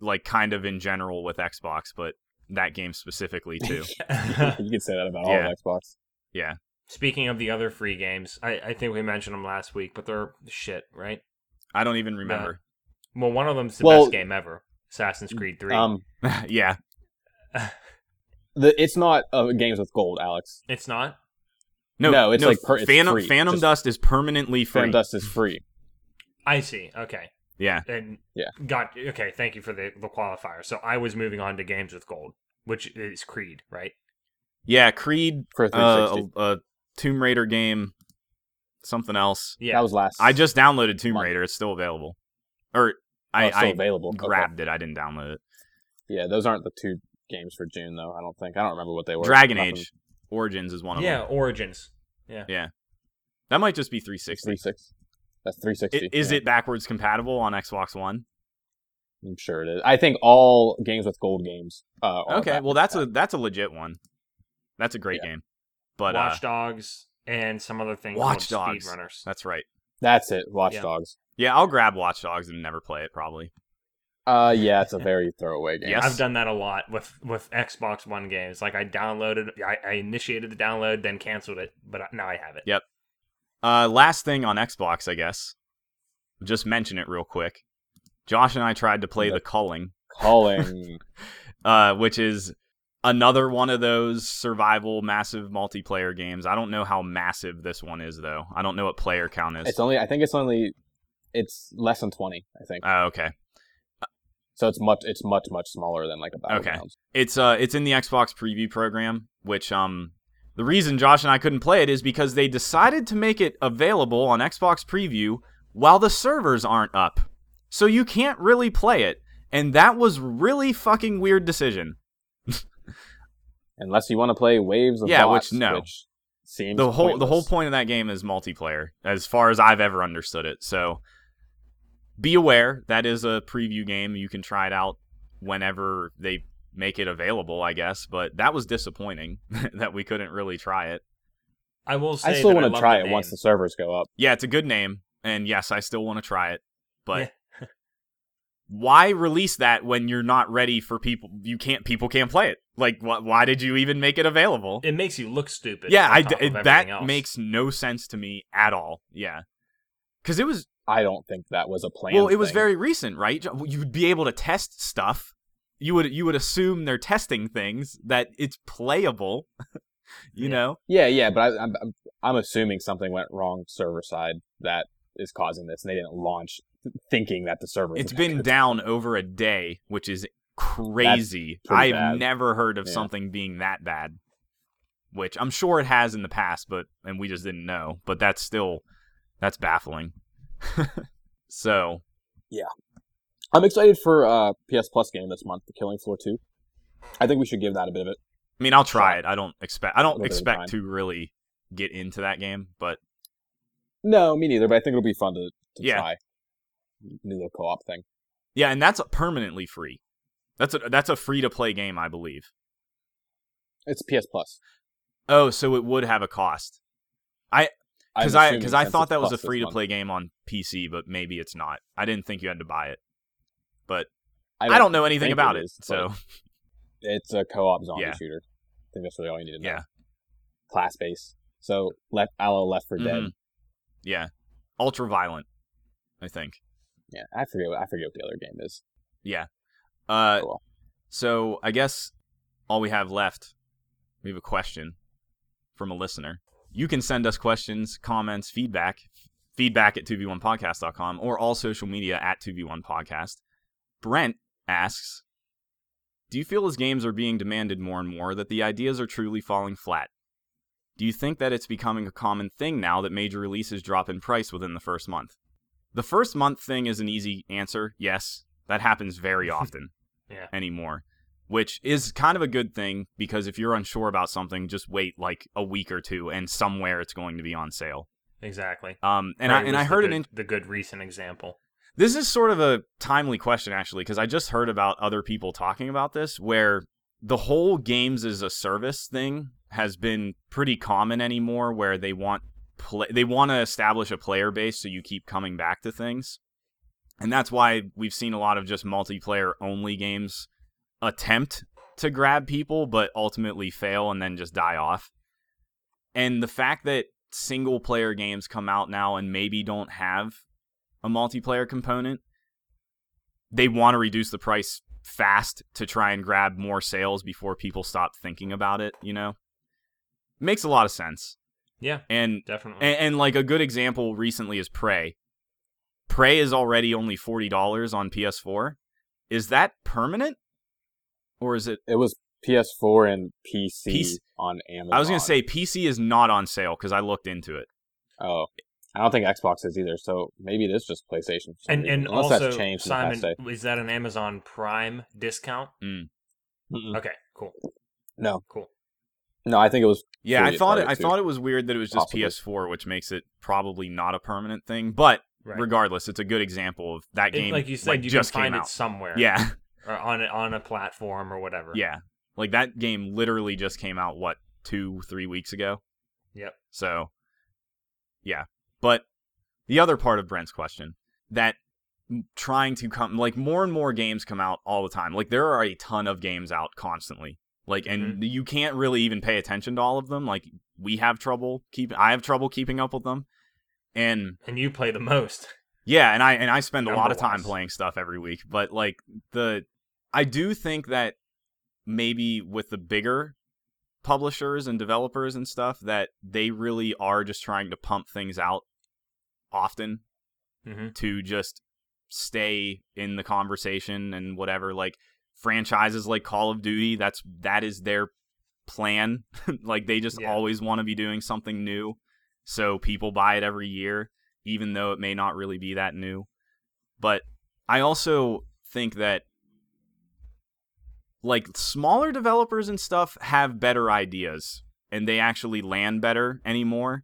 S2: like kind of in general with Xbox, but that game specifically too.
S1: you could say that about all
S2: Yeah.
S1: of Xbox.
S3: Speaking of the other free games, I, I think we mentioned them last week, but they're shit, right?
S2: I don't even remember.
S3: Well, one of them's the
S1: Well-
S3: best game ever, Assassin's Creed Three.
S1: Um,
S2: yeah.
S1: the, it's not uh, games with gold, Alex.
S3: it's not.
S2: No,
S1: No, it's like per- it's
S2: Phantom
S1: free.
S2: Phantom
S1: Just-
S2: Dust is permanently free.
S1: Phantom Dust is free.
S3: I see. Okay,
S2: Yeah.
S3: and
S1: Yeah.
S3: got okay. Thank you for the, the qualifier. So I was moving on to games with gold, which is Creed, right?
S2: Yeah, Creed
S1: For
S2: uh,
S1: 360.
S2: a, a Tomb Raider game, something else.
S3: Yeah,
S1: That was last.
S2: I just downloaded Tomb
S1: Month.
S2: Raider. It's still available. Or
S1: oh,
S2: I,
S1: it's still
S2: I
S1: available. Okay.
S2: grabbed it. I didn't download it.
S1: Yeah, those aren't the two games for June though. I don't think. I don't remember what they were.
S2: Dragon
S1: Nothing.
S2: Age Origins is one of
S3: yeah.
S2: them.
S3: Origins.
S2: That might just be
S1: It's
S2: 360.
S1: 360. That's 360.
S2: I- is
S1: yeah.
S2: it backwards compatible on Xbox One?
S1: I'm sure it is. I think all games with gold games. Uh, are
S2: Okay,
S1: back-
S2: well that's a that's a legit one. That's a great game. But uh,
S3: Watch Dogs and some other things.
S2: Watch
S3: called
S2: Dogs.
S3: Speedrunners.
S2: that's right.
S1: that's it. Watch
S3: Yeah.
S1: Dogs.
S2: Yeah, I'll grab Watch Dogs and never play it probably.
S1: Uh, yeah, it's a very throwaway game.
S2: Yes.
S3: I've done that a lot with with Xbox One games. Like I downloaded, I, I initiated the download, then canceled it, but I- now I have it.
S2: Yeah. Uh, last thing on Xbox, I guess. Just mention it real quick. Josh and I tried to play
S1: Okay.
S2: The Culling,
S1: Calling.
S2: uh, which is another one of those survival massive multiplayer games. I don't know how massive this one is though. I don't know what player count is.
S1: it's only. I think it's only. It's less than 20. I think.
S2: oh, okay.
S1: So it's much. It's much much smaller than like a battlegrounds.
S2: It's uh it's in the Xbox preview program, which um the reason Josh and I couldn't play it is because they decided to make it available on Xbox preview while the servers aren't up. So you can't really play it, and that was really fucking weird decision.
S1: Unless you want to play Waves of
S2: Yeah,
S1: Bots,
S2: which- no.
S1: which seems
S2: The whole the whole
S1: pointless.
S2: point of that game is multiplayer as far as I've ever understood it. So be aware that is a preview game. You can try it out whenever they make it available, I guess, but that was disappointing that we couldn't really try it.
S3: I will say
S1: I still
S3: want to
S1: try it once the servers go up.
S2: Yeah, it's a good name, and yes, I still want to try it. But
S3: Yeah.
S2: why release that when you're not ready for people? You can't. People can't play it. Like, wh- why did you even make it available?
S3: It makes you look stupid.
S2: yeah,
S3: on
S2: I
S3: top
S2: d-
S3: of everything
S2: that
S3: else.
S2: makes no sense to me at all. Yeah, because it was
S1: I don't think that was a plan.
S2: well, it was very recent, right? Jo- You'd be able to test stuff. You would you would assume they're testing things that it's playable. you
S3: Yeah.
S2: know,
S1: Yeah, yeah, but I, I'm I'm- I'm assuming something went wrong server side that is causing this, and they didn't launch thinking that the server.
S2: It's been down over a day, which is crazy.
S1: pretty
S2: I've
S1: bad.
S2: never heard of
S1: Yeah.
S2: something being that bad. Which I'm sure it has in the past, but and we just didn't know. But that's still that's baffling. so
S1: I'm excited for uh, PS Plus game this month, The Killing Floor Two. I think we should give that a bit of it.
S2: I mean I'll try it. I don't expect I don't
S1: It'll be
S2: expect
S1: fine.
S2: to really get into that game, but
S1: No, me neither. But I think it'll be fun to, to
S2: Yeah.
S1: try new little co-op thing.
S2: yeah, and that's permanently free. That's a that's a free to play game, I believe.
S1: It's PS Plus.
S2: Oh, so it would have a cost.
S1: I'm
S2: because I
S1: assuming
S2: because I
S1: since
S2: thought
S1: it's
S2: that was a
S1: Plus this
S2: free to
S1: month.
S2: play game on PC, but maybe it's not. I didn't think you had to buy it. I
S1: I
S2: don't, know anything
S1: think
S2: about
S1: it
S2: it,
S1: is, but-
S2: so
S1: It's a co-op zombie
S2: Yeah.
S1: shooter. I think that's really all you need to know.
S2: yeah,
S1: Class based. So left, a la Left for Dead.
S2: Mhm. yeah, ultra violent. I think.
S1: Yeah, I forget. What, I forget what the other game is.
S2: Uh,
S1: Oh, well.
S2: so I guess all we have left, we have a question from a listener. You can send us questions, comments, feedback, feedback at 2v1podcast.com or all social media at 2v1podcast. Brent asks, do you feel as games are being demanded more and more that the ideas are truly falling flat? Do you think that it's becoming a common thing now that major releases drop in price within the first month? The first month thing is an easy answer. Yes, that happens very often
S3: Yeah.
S2: anymore, which is kind of a good thing because if you're unsure about something, just wait like a week or two and somewhere it's going to be on sale.
S3: exactly.
S2: Um, and I
S3: Prey
S2: and I
S3: was the
S2: heard an
S3: good-
S2: in-
S3: the good recent example.
S2: This is sort of a timely question, actually, because I just heard about other people talking about this, where the whole games as a service thing has been pretty common anymore, where they want play, they want to establish a player base, so you keep coming back to things, and that's why we've seen a lot of just multiplayer only games attempt to grab people, but ultimately fail and then just die off. And the fact that single player games come out now and maybe don't have a multiplayer component, they want to reduce the price fast to try and grab more sales before people stop thinking about it, you know? Makes a lot of sense.
S3: Yeah,
S2: And
S3: definitely.
S2: and, and like a good example recently is Prey. Prey is already only forty dollars on PS4. Is that permanent? Or is it
S1: It was PS4 and PC
S2: PC
S1: on Amazon.
S2: I was gonna say PC is not on sale because I looked into it.
S1: Oh, I don't think Xbox is either. So maybe it is just PlayStation. for some
S3: and
S1: reason,
S3: and
S1: unless
S3: also
S1: that's changed in the past
S3: Simon,
S1: day.
S3: is that an Amazon Prime discount?
S1: Mm-mm.
S2: Mm.
S3: Okay, cool,
S1: No,
S3: cool.
S1: no, I think it was.
S2: Yeah, I
S1: Previous
S2: thought it.
S1: party
S2: I
S1: too.
S2: thought it was weird that it was just
S1: Possibly.
S2: PS4, which makes it probably not a permanent thing. But
S3: Right.
S2: regardless, it's a good example of that
S3: It-
S2: game.
S3: like you said, you
S2: just
S3: can find
S2: came
S3: it
S2: out.
S3: somewhere.
S2: Yeah,
S3: Or on a, on a platform or whatever.
S2: yeah. Like that game literally just came out. What two, three weeks ago?
S3: Yep.
S2: So, yeah. But the other part of Brent's question that m- trying to come like more and more games come out all the time. Like there are a ton of games out constantly. Like and
S3: Mm-hmm.
S2: you can't really even pay attention to all of them. Like we have trouble keep I have trouble keeping up with them. And
S3: And you play the most.
S2: yeah, and I and I spend a lot of time
S3: Number-wise.
S2: playing stuff every week, but like the I do think that maybe with the bigger publishers and developers and stuff that they really are just trying to pump things out often
S3: Mm-hmm.
S2: to just stay in the conversation and whatever like franchises like Call of Duty that's that is their plan like they just
S3: Yeah.
S2: always want to be doing something new so people buy it every year even though it may not really be that new but I also think that like smaller developers and stuff have better ideas and they actually land better anymore.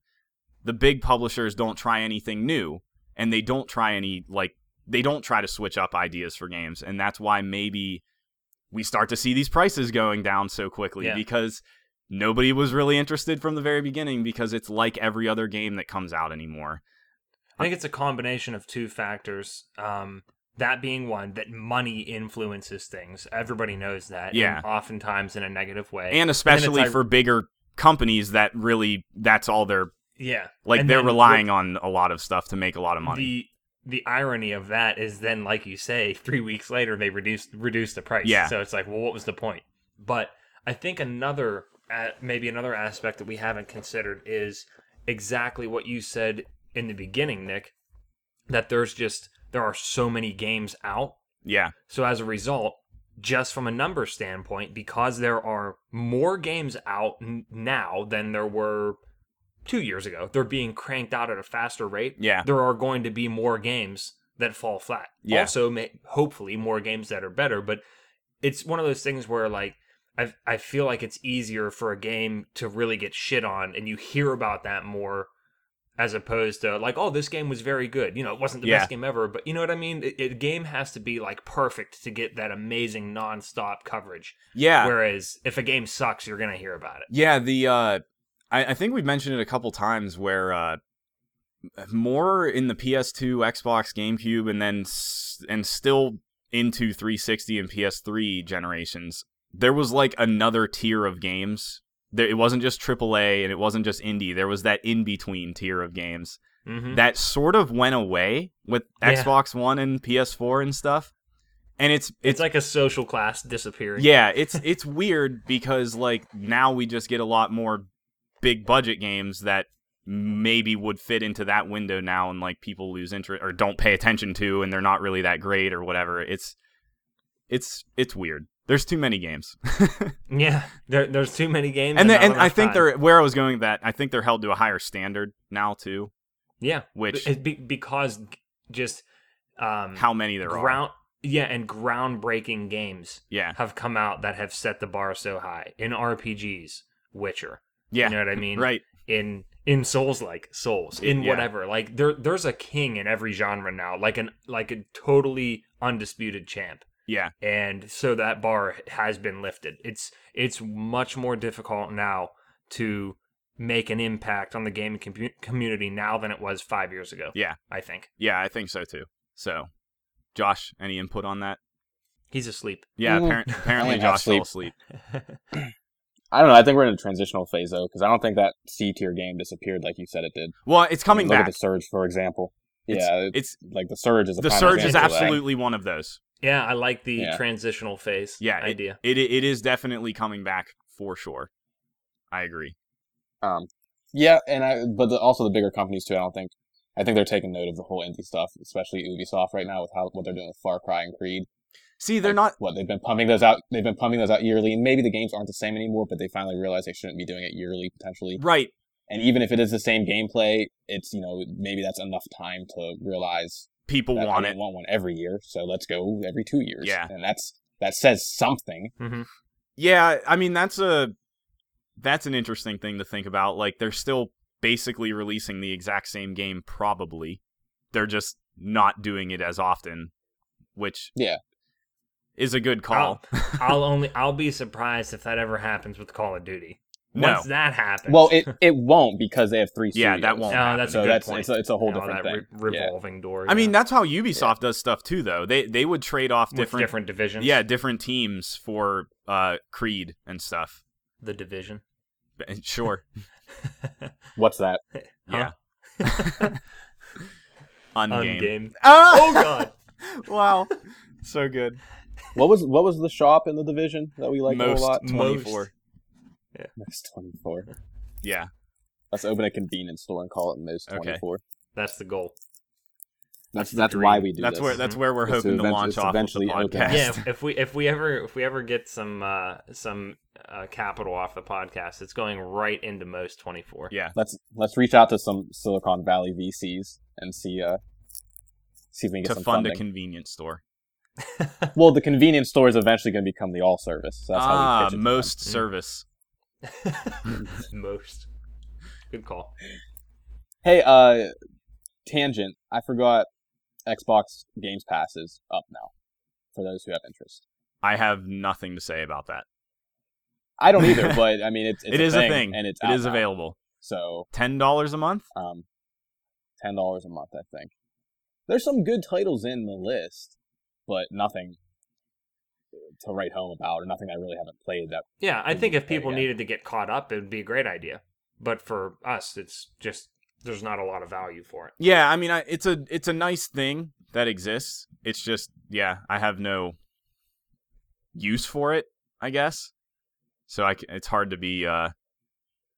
S2: The big publishers don't try anything new and they don't try any like they don't try to switch up ideas for games and that's why maybe we start to see these prices going down so quickly
S3: Yeah.
S2: because nobody was really interested from the very beginning because it's like every other game that comes out anymore.
S3: I think it's a combination of two factors. Um, that being one, that money influences things. Everybody knows that. and
S2: Yeah.
S3: oftentimes in a negative way.
S2: and especially
S3: ir-
S2: for bigger companies that really that's all they're
S3: yeah,
S2: like
S3: And
S2: they're
S3: then
S2: relying on a lot of stuff to make a lot of money
S3: The the irony of that is then, like you say, three weeks later they reduce reduce the price.
S2: Yeah.
S3: So it's like, well, what was the point? But I think another uh, maybe another aspect that we haven't considered is exactly what you said in the beginning, Nick. That there's just there are so many games out
S2: yeah
S3: So as a result, just from a number standpoint, because there are more games out n- now than there were two years ago, they're being cranked out at a faster rate.
S2: Yeah.
S3: there are going to be more games that fall flat.
S2: Yeah.
S3: Also, ma- hopefully, more games that are better. But it's one of those things where like. I I feel like it's easier for a game to really get shit on, and you hear about that more as opposed to like, oh, this game was very good. You know, it wasn't the
S2: Yeah.
S3: best game ever, but you know what I mean. It, it game has to be like perfect to get that amazing nonstop coverage.
S2: yeah
S3: Whereas if a game sucks, you're gonna hear about it.
S2: yeah the uh I, I think we've mentioned it a couple times where uh more in the ps2 xbox gamecube and then s- and still into 360 and ps3 generations there was like another tier of games there, it wasn't just AAA and it wasn't just indie. There was that in between tier of games
S3: Mm-hmm.
S2: that sort of went away with
S3: Yeah.
S2: Xbox One and PS4 and stuff. And it's
S3: It's
S2: it's,
S3: like a social class disappearing.
S2: yeah, it's it's weird because like now we just get a lot more big budget games that maybe would fit into that window now and like people lose interest or don't pay attention to and they're not really that great or whatever. It's it's it's weird. There's too many games.
S3: yeah. There, there's too many games,
S2: and then,
S3: not
S2: and I
S3: enough
S2: think
S3: time.
S2: they're where I was going with that, I think they're held to a higher standard now too,
S3: yeah,
S2: which
S3: It- be- because g- just um
S2: how many there are.
S3: ground yeah and groundbreaking games
S2: Yeah.
S3: have come out that have set the bar so high in RPGs, Witcher.
S2: Yeah.
S3: You know what I mean?
S2: Right.
S3: in in souls like souls in
S2: Yeah.
S3: whatever like there there's a king in every genre now like an like a totally undisputed champ
S2: Yeah.
S3: and so that bar has been lifted it's it's much more difficult now to make an impact on the gaming commu- community now than it was 5 years ago
S2: Yeah.
S3: i think
S2: Yeah, I think so too. So, Josh, any input on that?
S3: he's asleep
S2: Yeah,
S1: Mm.
S2: appar- apparently
S1: I'm half
S2: Josh fell
S1: asleep.
S2: asleep.
S1: I don't know. I think we're in a transitional phase though, because I don't think that C tier game disappeared like you said it did.
S2: Well, it's coming
S1: Look
S2: back.
S1: at the surge, for example.
S2: It's-
S1: yeah, it-
S2: It's
S1: like the surge is a
S2: the
S1: prime
S2: surge is
S1: example of that.
S2: absolutely one of those.
S3: yeah i like the
S1: Yeah.
S3: transitional phase
S2: Yeah, it-
S3: idea
S2: It it is definitely coming back for sure. I agree.
S1: Um, yeah, and I but the, also the bigger companies too. I don't think I think they're taking note of the whole indie stuff, especially Ubisoft right now with how what they're doing with Far Cry and Creed.
S2: See, they're
S1: Like,
S2: not.
S1: what they've been pumping those out. They've been pumping those out yearly, and maybe the games aren't the same anymore. But they finally realized they shouldn't be doing it yearly potentially.
S2: Right.
S1: And even if it is the same gameplay, it's you know maybe that's enough time to realize
S2: People
S1: that I
S2: want
S1: don't
S2: it.
S1: want one every year. So let's go every two years.
S2: Yeah.
S1: and that's that says something.
S3: mm-hmm.
S2: Yeah, I mean that's a that's an interesting thing to think about. Like they're still basically releasing the exact same game probably. They're just not doing it as often, which
S1: Yeah. Oh,
S2: is a good call.
S3: I'll only I'll be surprised if that ever happens with Call of Duty.
S2: No.
S3: Once that happens,
S1: Well, it it won't because they have three.
S2: Yeah, that
S1: studios.
S2: won't.
S3: no, that's
S1: So
S3: a good
S1: that's
S3: point.
S1: it's a, it's a whole
S3: And all
S1: different
S3: that
S1: thing.
S3: re-
S1: Yeah.
S3: revolving door.
S2: I mean,
S3: yeah.
S2: that's how Ubisoft does stuff too, though. They they would trade off
S3: With different,
S2: different,
S3: divisions.
S2: yeah, different teams for uh Creed and stuff.
S3: the division.
S2: And Sure,
S1: What's that?
S2: yeah.
S3: Ungame.
S2: Ungame.
S3: Oh God,
S2: Ah! wow, so good.
S1: What was what was the shop in the division that we liked a
S2: Most
S1: whole lot?
S3: Most.
S2: twenty four.
S1: Most twenty four.
S2: Yeah.
S1: Let's open a convenience store and call it Most
S2: Okay.
S1: twenty four.
S3: that's the goal.
S1: That's
S3: the
S1: that's
S3: dream.
S1: why we do
S2: that's
S1: this.
S2: where that's where we're
S1: It's
S2: hoping to
S1: event-
S2: launch
S1: it's
S2: off of the
S1: eventually open.
S2: podcast.
S3: Yeah, if, if we if we ever if we ever get some uh, some uh, capital off the podcast, it's going right into most twenty four.
S2: Yeah.
S1: let's let's reach out to some Silicon Valley VCs and see uh see if we can get
S2: to
S1: some
S2: fund a
S1: funding.
S2: convenience store.
S1: well, the convenience store is eventually going to become the all service. So that's how we
S2: ah,
S1: pitch it to them.
S2: most service.
S3: most. Good call.
S1: Hey, uh, tangent. I forgot Xbox Games Pass is up now for those who have interest.
S2: I have nothing to say about that.
S1: I don't either, but I mean, it's, it's
S2: It is
S1: a,
S2: a
S1: thing,
S2: thing.
S1: and it's
S2: It
S1: out
S2: is
S1: now.
S2: available.
S1: So
S2: Ten dollars a month.
S1: um, ten dollars a month, I think. There's some good titles in the list, but nothing to write home about, or nothing I really haven't played. That
S3: Yeah, I think if
S1: Okay,
S3: people
S1: yeah.
S3: needed to get caught up, it would be a great idea. But for us, it's just there's not a lot of value for it.
S2: Yeah, I mean, I, it's a it's a nice thing that exists. It's just, yeah, I have no use for it, I guess. So I c it's hard to be uh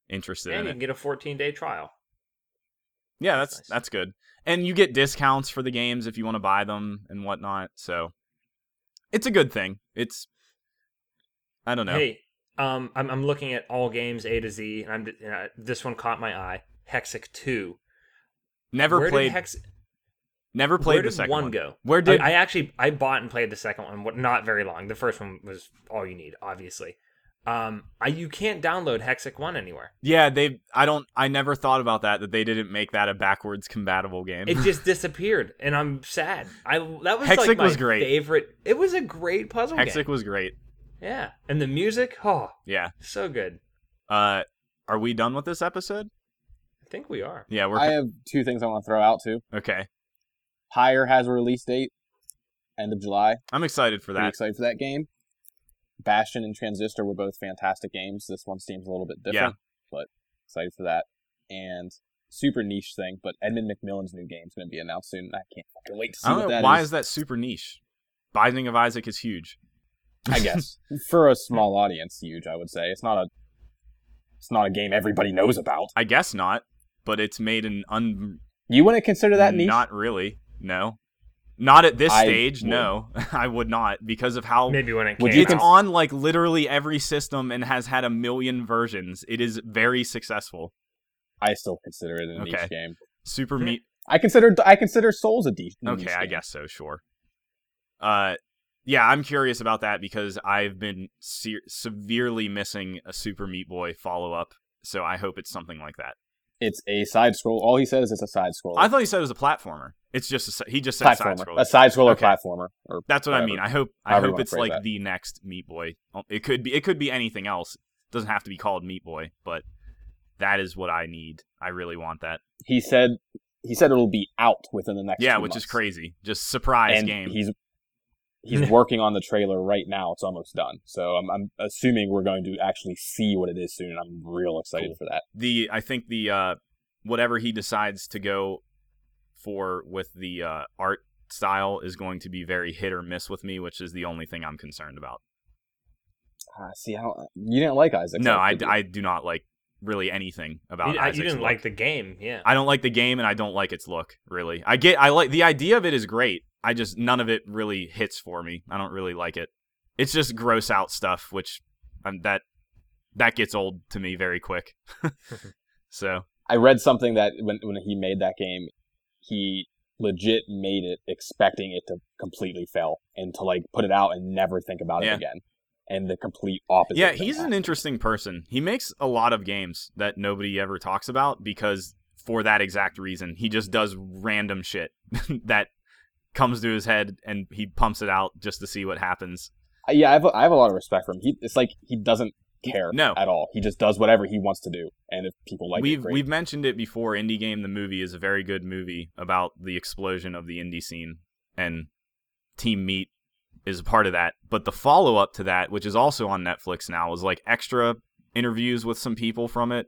S2: interested
S3: and
S2: in
S3: you
S2: it.
S3: can get a 14 day trial.
S2: Yeah,
S3: That's
S2: that's
S3: nice.
S2: that's good. And you get discounts for the games if you want to buy them and whatnot. So it's a good thing. It's I don't know.
S3: Hey, um, I'm I'm looking at all games A to Z, and I'm and I- this one caught my eye. Hexic two.
S2: never
S3: where
S2: played.
S3: Did Hex,
S2: never
S3: where
S2: played
S3: did
S2: the second
S3: one,
S2: one.
S3: go?
S2: Where did?
S3: I, I actually I bought and played the second one. What not very long. The first one was all you need, obviously. Um, I you can't download Hexic one anywhere.
S2: yeah, they. I don't. I never thought about that. That they didn't make that a backwards compatible game.
S3: It just disappeared, and I'm sad. I that was like
S2: Hexic
S3: my
S2: was great.
S3: favorite. It was a great puzzle
S2: Hexic
S3: game.
S2: was great.
S3: Yeah, and the music, oh,
S2: Yeah.
S3: so good.
S2: Uh, are we done with this episode?
S3: I think we are.
S2: Yeah, we're
S1: I have two things I want to throw out too.
S2: okay.
S1: Pyre has a release date, end of July.
S2: I'm excited for
S1: Pretty
S2: that.
S1: excited for that game. Bastion and Transistor were both fantastic games. This one seems a little bit different, but excited for that. And super niche thing, but Edmund McMillan's new game's going to be announced soon. and I can't fucking wait to see
S2: I don't
S1: what
S2: know
S1: that
S2: why
S1: is.
S2: is that super niche. Binding of Isaac is huge.
S1: I guess for a small audience, huge. I would say it's not a it's not a game everybody knows about.
S2: I guess not, but it's made an un.
S1: You wouldn't consider that niche?
S2: Not really. No. Not at this
S1: I
S2: stage.
S1: would.
S2: No, I would not because of how
S3: Maybe when it
S1: Would
S3: came
S1: you
S2: it's
S1: can-
S3: out.
S2: on like literally every system and has had a million versions. It is very successful.
S1: I still consider it a
S2: Okay.
S1: niche game.
S2: Super
S3: Hmm.
S2: Meat.
S1: I consider I consider Souls a de- niche.
S2: Okay, I
S1: game.
S2: guess so. Sure. Uh, yeah, I'm curious about that because I've been se- severely missing a Super Meat Boy follow up. So I hope it's something like that.
S1: It's a side scroll. All he says is a side scroll.
S2: I thought he said it was a platformer. It's just a, si- he just said side
S1: platformer.
S2: scroller.
S1: A side scroller
S2: Okay.
S1: platformer. Or
S2: That's what I
S1: whatever.
S2: mean. I hope I
S1: However you
S2: hope
S1: wanna
S2: it's
S1: phrase
S2: like
S1: that.
S2: the next Meat Boy. Oh, It could be it could be anything else. doesn't have to be called Meat Boy, but that is what I need. I really want that.
S1: He said he said it'll be out within the next.
S2: yeah,
S1: two
S2: which is
S1: months.
S2: crazy. Just surprise
S1: and
S2: game.
S1: he's he's working on the trailer right now. It's almost done. So I'm I'm assuming we're going to actually see what it is soon. and I'm real excited
S2: Cool.
S1: for that.
S2: the I think the uh whatever he decides to go for with the uh art style is going to be very hit or miss with me, which is the only thing I'm concerned about.
S1: Ah, see, I don't, you didn't like Isaac.
S2: no,
S1: Clarke,
S2: I,
S1: did you?
S2: I do not like really anything about
S3: you, I- you
S2: Isaac's
S3: didn't
S2: look.
S3: like the game, yeah.
S2: I don't like the game and I don't like its look, really. I get I like the idea of it is great. I just none of it really hits for me. I don't really like it. It's just gross out stuff which um, that that gets old to me very quick. so,
S1: I read something that when when he made that game, he legit made it expecting it to completely fail and to like put it out and never think about
S2: Yeah.
S1: it again. And the complete opposite.
S2: yeah,
S1: of that
S2: he's an
S1: happened.
S2: interesting person. He makes a lot of games that nobody ever talks about because for that exact reason, he just does random shit that comes to his head and he pumps it out just to see what happens.
S1: Uh, Yeah, I have, a, I have a lot of respect for him. He it's like he doesn't care
S2: No.
S1: at all. He just does whatever he wants to do, and if people like
S2: we've
S1: it, great.
S2: we've mentioned it before. Indie Game the movie is a very good movie about the explosion of the indie scene and Team Meat is a part of that. But the follow up to that, which is also on Netflix now, was like extra interviews with some people from it.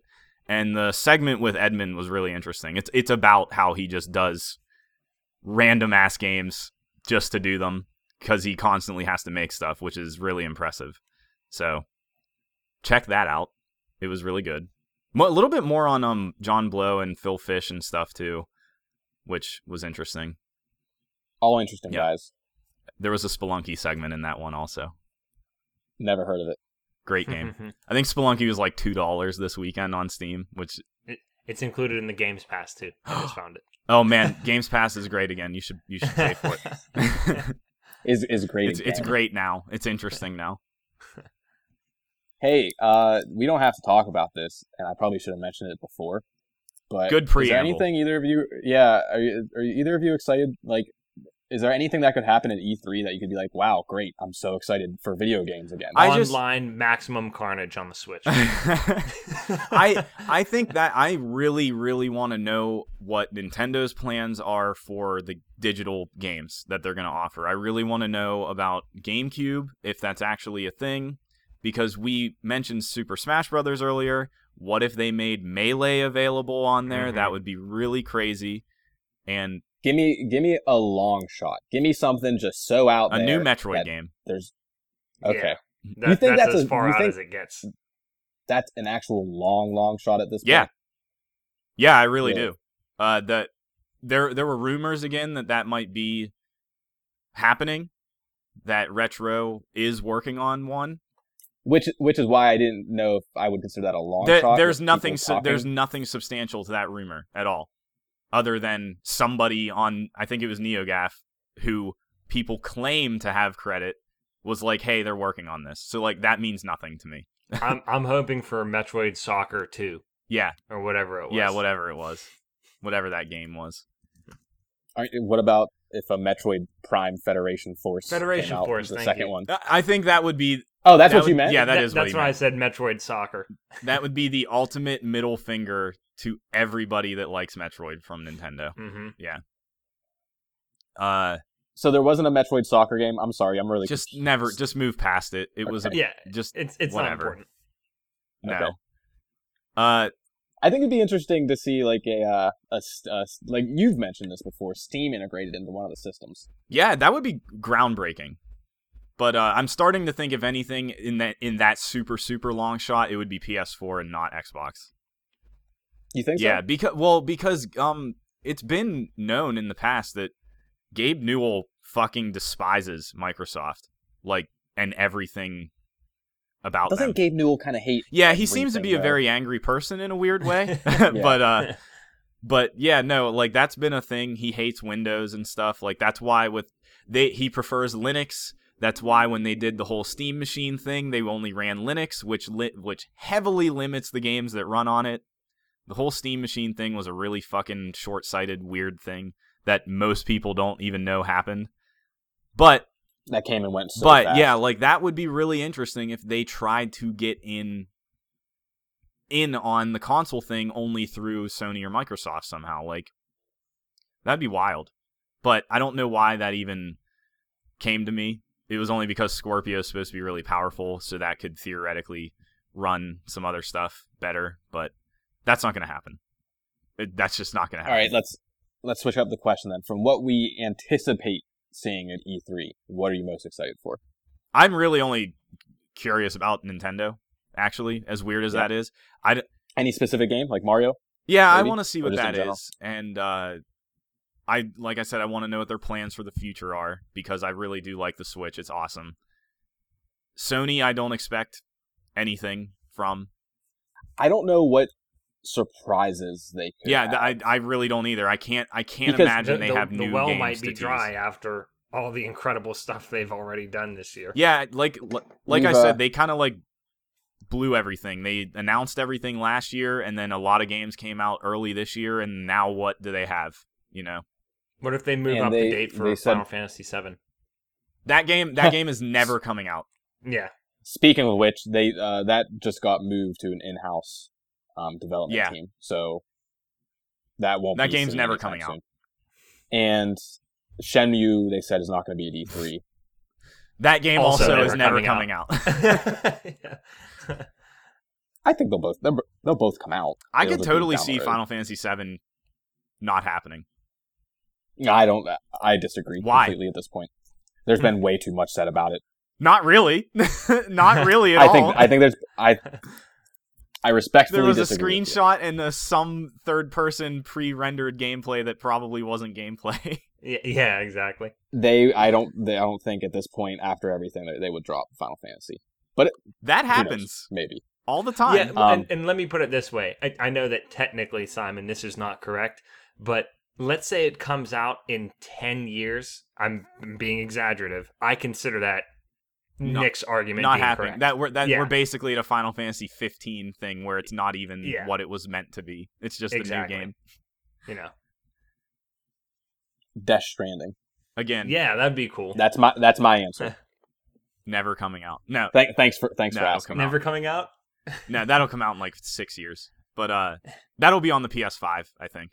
S2: And the segment with Edmund was really interesting. It's it's about how he just does random ass games just to do them because he constantly has to make stuff, which is really impressive. So check that out. It was really good. Mo- a little bit more on um John Blow and Phil Fish and stuff too, which was interesting.
S1: all interesting
S2: Yeah.
S1: guys.
S2: There was a Spelunky segment in that one also.
S1: Never heard of it.
S2: Great game. I think Spelunky was like two dollars this weekend on Steam. Which
S3: it's included in the Games Pass too. I just found it.
S2: oh man, Games Pass is great again. You should you should pay for it.
S1: Is is great.
S2: it's it's
S1: again.
S2: great now. It's interesting now.
S1: Hey, uh, we don't have to talk about this, and I probably should have mentioned it before. But Uh,
S2: Good
S1: Is there
S2: preamble.
S1: anything either of you? Yeah, are, you, are either of you excited? Like, is there anything that could happen at E3 that you could be like, "Wow, great! I'm so excited for video games again."
S2: I just-
S3: Online maximum carnage on the Switch.
S2: I I think that I really really want to know what Nintendo's plans are for the digital games that they're going to offer. I really want to know about GameCube if that's actually a thing because we mentioned Super Smash Brothers earlier. What if they made Melee available on there? That
S3: Mhm.
S2: would be really crazy. And
S1: give me, give me a long shot. Give me something just so out
S2: a
S1: there.
S2: new Metroid
S1: Oh, that
S2: game.
S1: There's
S3: Yeah.
S1: okay.
S3: That,
S1: You think
S3: that's,
S1: that's
S3: as
S1: a-
S3: far
S1: you
S3: out
S1: think-
S3: as it gets.
S1: That's an actual long, long shot at this.
S2: Yeah.
S1: point.
S2: Yeah, I really
S1: Really.
S2: do. Uh, that there there were rumors again that that might be happening. That Retro is working on one.
S1: Which, which is why I didn't know if I would consider that a long
S2: There-
S1: shot.
S2: there's
S1: with
S2: nothing
S1: people
S2: su- there's
S1: talking.
S2: nothing substantial to that rumor at all, other than somebody on I think it was NeoGaf who people claim to have credit was like, hey, they're working on this. So like that means nothing to me.
S3: I'm I'm hoping for Metroid Soccer 2
S2: Yeah,
S3: or whatever it was.
S2: yeah, whatever it was, whatever that game was.
S1: Alright, What about if a Metroid Prime Federation Force? came
S3: Federation
S1: out,
S3: Force,
S1: the
S3: thank
S1: second
S3: you.
S1: one.
S2: I- I think that would be
S1: Oh, that's
S2: That
S1: what you
S2: would-
S1: meant.
S2: yeah, that
S3: That-
S2: is what
S3: that's
S2: he
S3: why I
S2: meant.
S3: said Metroid Soccer.
S2: that would be the ultimate middle finger to everybody that likes Metroid from Nintendo.
S3: hmm
S2: Uh,
S1: So there wasn't a Metroid soccer game. I'm sorry, I'm really
S2: just never, just move past it. It was a,
S3: Yeah,
S2: just
S3: it's it's
S2: Whatever.
S3: not important.
S2: no.
S1: Okay.
S2: Uh,
S1: I think it'd be interesting to see like a, uh, a, s- a s- like you've mentioned this before, Steam integrated into one of the systems.
S2: yeah, that would be groundbreaking. But uh, I'm starting to think if anything in that in that super super long shot, it would be PS4 and not Xbox.
S1: You think?
S2: yeah,
S1: So?
S2: because well, because um, it's been known in the past that Gabe Newell fucking despises Microsoft, like and everything about
S1: Doesn't
S2: them.
S1: Gabe Newell kind of hate?
S2: Yeah, he seems to be a
S1: everything,
S2: very angry person in a weird way. But uh but yeah, no, like that's been a thing. He hates Windows and stuff. Like that's why with they he prefers Linux. That's why when they did the whole Steam machine thing, they only ran Linux, which li- which heavily limits the games that run on it, The whole Steam machine thing was a really fucking short sighted, weird thing that most people don't even know happened. But
S1: that came and went. So
S2: but
S1: fast.
S2: yeah, like that would be really interesting if they tried to get in in on the console thing only through Sony or Microsoft somehow. Like that'd be wild. But I don't know why that even came to me. It was only because Scorpio is supposed to be really powerful, so that could theoretically run some other stuff better, but that's not going to happen. It, that's just not going to
S1: All right,
S2: happen.
S1: let's let's switch up the question then. From what we anticipate seeing at E3, what are you most excited for?
S2: I'm really only curious about Nintendo, actually, as weird as
S1: Yeah.
S2: that is. I, d-
S1: Any specific game like Mario?
S2: Yeah, I
S1: Maybe.
S2: want to see
S1: Or
S2: what
S1: just in
S2: that
S1: general.
S2: is, and uh, I like I said, I want to know what their plans for the future are because I really do like the Switch. It's awesome. Sony, I don't expect anything from.
S1: I don't know what surprises they could
S2: Yeah,
S1: have.
S2: th- I I really don't either. I can't I can't
S1: Because
S2: imagine they have
S3: the
S2: new
S3: well
S2: games
S3: might
S2: to
S3: be
S2: tease.
S3: dry after all the incredible stuff they've already done this year.
S2: Yeah, like li- like I
S1: We've, uh,
S2: said, they kind of like blew everything. They announced everything last year, and then a lot of games came out early this year. And now, what do they have? You know,
S3: What if they move
S1: And
S3: up
S1: they-
S3: the date
S1: they
S3: for
S1: said-
S3: Final Fantasy VII?
S2: that game that game is never coming out.
S3: Yeah,
S1: Speaking of which, they uh, that just got moved to an in-house um, development
S2: Yeah.
S1: team, so that won't.
S2: That
S1: be
S2: game's
S1: soon,
S2: never
S1: anytime
S2: coming out.
S1: soon. And Shenmue, they said, is not going to be at E3.
S2: That game
S3: Also
S2: also,
S3: never
S2: is never coming
S3: coming
S2: out.
S3: yeah.
S1: I think they'll both they'll, they'll both come out.
S2: I
S1: They'll
S2: could
S1: just be
S2: totally
S1: down
S2: see
S1: the road.
S2: Final Fantasy VII not happening.
S1: I don't. I disagree
S2: Why?
S1: completely at this point. There's been way too much said about it.
S2: Not really. not really at
S1: I
S2: all.
S1: think. I think there's. I. I respectfully
S2: there was a
S1: disagree with you.
S2: screenshot and a some third person pre rendered gameplay that probably wasn't gameplay.
S3: yeah, yeah, exactly.
S1: They. I don't. They, I don't think at this point, after everything, that they would drop Final Fantasy.
S2: that
S1: knows?
S2: happens
S1: Maybe.
S2: all the time.
S3: Yeah,
S1: Um,
S3: and, and let me put it this way: I, I know that technically, Simon, this is not correct, but let's say it comes out in ten years. I'm being exaggerative. I consider that
S2: Not-
S3: Nick's argument
S2: not
S3: being
S2: happening.
S3: correct.
S2: That we're that
S3: Yeah.
S2: we're basically at a Final Fantasy 15 thing where it's not even
S3: Yeah.
S2: what it was meant to be. It's just
S3: Exactly.
S2: a new game
S3: you know,
S1: Death Stranding.
S2: again.
S3: yeah, that'd be cool.
S1: That's my. That's my answer.
S2: Never coming out. No,
S1: Thank, thanks for. Thanks
S2: No,
S1: for
S2: it'll
S1: asking.
S2: come out.
S3: Never coming out.
S2: no, that'll come out in like six years. But uh, that'll be on the PS5, I think.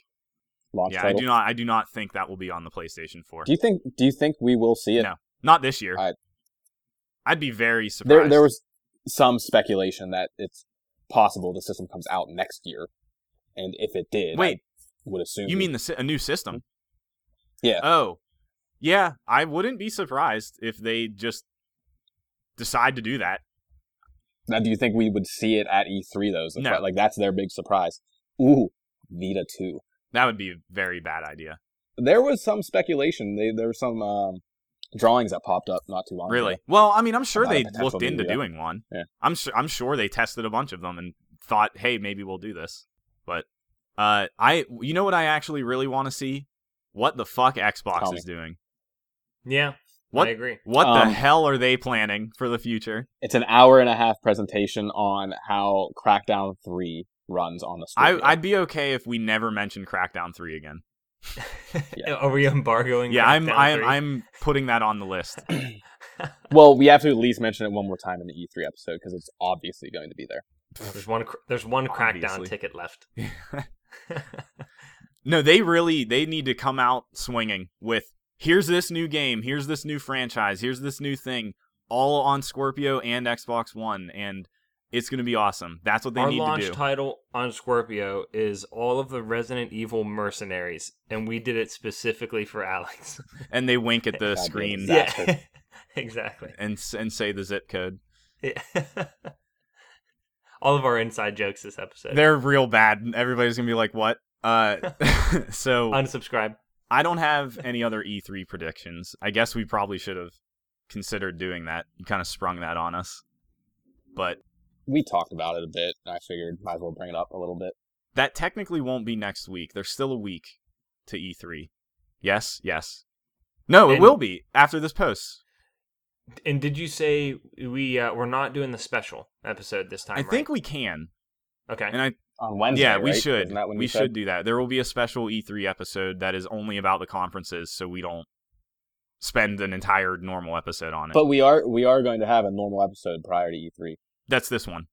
S1: Launch
S2: yeah,
S1: title.
S2: I do not. I do not think that will be on the PlayStation 4.
S1: Do you think? Do you think we will see it?
S2: No, not this year.
S1: I-
S2: I'd be very surprised.
S1: there, there was some speculation that it's possible the system comes out next year, and if it did,
S2: Wait.
S1: I would assume
S2: You mean the si- a new system?
S1: Mm-hmm. Yeah.
S2: Oh, yeah. I wouldn't be surprised if they just decide to do that.
S1: Now, do you think we would see it at E3 though? Is the
S2: No.
S1: que- like that's their big surprise. Ooh, Vita 2.
S2: That would be a very bad idea.
S1: There was some speculation. They, there were some um, drawings that popped up not too long.
S2: Really?
S1: ago.
S2: Well, I mean, I'm sure
S1: About Oh, a
S2: they
S1: potential
S2: looked
S1: new
S2: into
S1: Vita.
S2: doing one.
S1: Yeah.
S2: I'm sure. I'm sure they tested a bunch of them and thought, hey, maybe we'll do this. But uh, I, you know what, I actually really want to see what the fuck Xbox
S1: Tell me.
S2: is doing.
S3: Yeah,
S2: What
S3: I agree.
S2: What the
S1: Um,
S2: hell are they planning for the future?
S1: It's an hour and a half presentation on how Crackdown 3 runs on the
S2: I,
S1: Scorpio.
S2: I'd be okay if we never mentioned Crackdown three again.
S1: Yeah.
S3: Are we embargoing?
S2: Yeah, I'm
S3: Crackdown
S2: I'm
S3: 3?
S2: I'm putting that on the list.
S1: well, we have to at least mention it one more time in the E3 episode because it's obviously going to be there.
S3: There's one. cr- There's one
S2: Obviously.
S3: crackdown ticket left.
S2: no, they really they need to come out swinging with here's this new game, here's this new franchise, here's this new thing, all on Scorpio and Xbox One, and it's gonna be awesome. That's what they
S3: Our
S2: need
S3: launch
S2: to do.
S3: title on Scorpio is all of the Resident Evil mercenaries, and we did it specifically for Alex.
S2: and they wink at the
S1: Goddamn
S2: screen
S1: Zach.
S2: and
S1: Disaster.
S3: Yeah, exactly.
S2: and s- and say the zip code.
S3: Yeah. all of our inside jokes this episode.
S2: They're real bad. and Everybody's gonna be like, what? Uh, so
S3: Unsubscribe.
S2: I don't have any other E3 predictions. I guess we probably should have considered doing that. You kind of sprung that on us. But
S1: We talked about it a bit, and I figured might as well bring it up a little bit.
S2: that technically won't be next week. There's still a week to E3. Yes, yes. No, it
S3: And-
S2: will be after this post.
S3: And did you say we uh, we're not doing the special episode this time?
S2: I think we can.
S3: right? okay.
S2: And I
S1: on Wednesday.
S2: yeah, we
S1: right?
S2: should.
S1: Isn't that when
S2: We
S1: you said?
S2: should do that. There will be a special E3 episode that is only about the conferences, so we don't spend an entire normal episode on it.
S1: But we are we are going to have a normal episode prior to E E3.
S2: That's this one.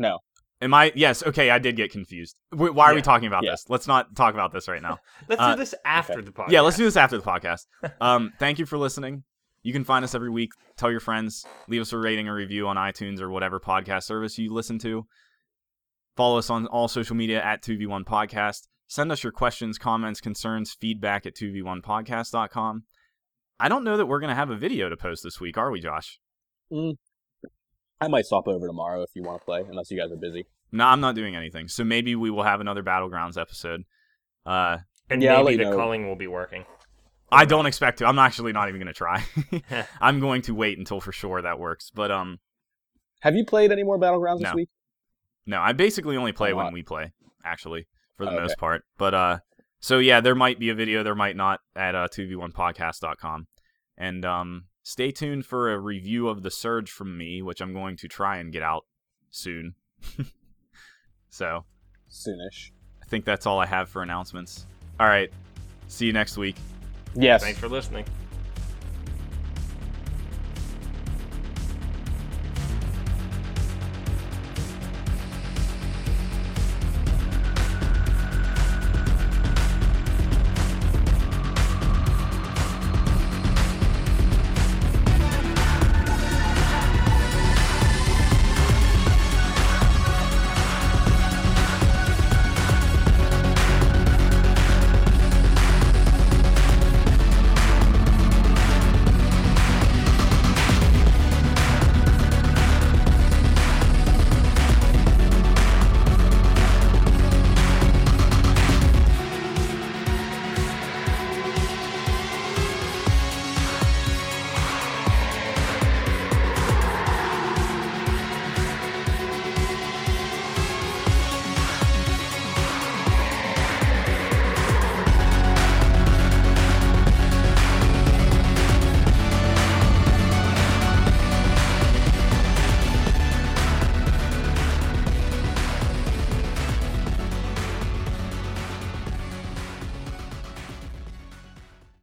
S1: No.
S2: Am I? Yes. Okay, I did get confused. Wh- Why are we
S3: Yeah.
S2: talking about
S1: Yeah.
S2: this? Let's not talk about this right now.
S3: Let's
S2: Uh,
S3: do this after the podcast.
S2: Yeah, let's do this after the podcast. Um, thank you for listening. You can find us every week. Tell your friends. Leave us a rating or review on iTunes or whatever podcast service you listen to. Follow us on all social media at 2v1 Podcast. Send us your questions, comments, concerns, feedback at 2v1podcast.com. I don't know that we're going to have a video to post this week, are we, Josh?
S1: I might stop over tomorrow if you want to play, unless you guys are busy.
S2: No, I'm not doing anything. So maybe we will have another Battlegrounds episode. Uh,
S3: and
S1: Yeah, I'll
S3: maybe
S1: let you
S3: the
S1: know.
S3: culling will be working.
S2: I don't expect to. I'm actually not even going to try. I'm going to wait until for sure that works. But um,
S1: Have you played any more battlegrounds
S2: No.
S1: this week?
S2: No, I basically only play
S1: A
S2: when
S1: lot.
S2: we play, actually, for the
S1: Oh, okay.
S2: most part. But uh so yeah, there might be a video, there might not at uh 2v1podcast.com. And um stay tuned for a review of the surge from me, which I'm going to try and get out soon. so,
S1: Soonish.
S2: I think that's all I have for announcements. All right. See you next week.
S1: Yes.
S3: Thanks for listening.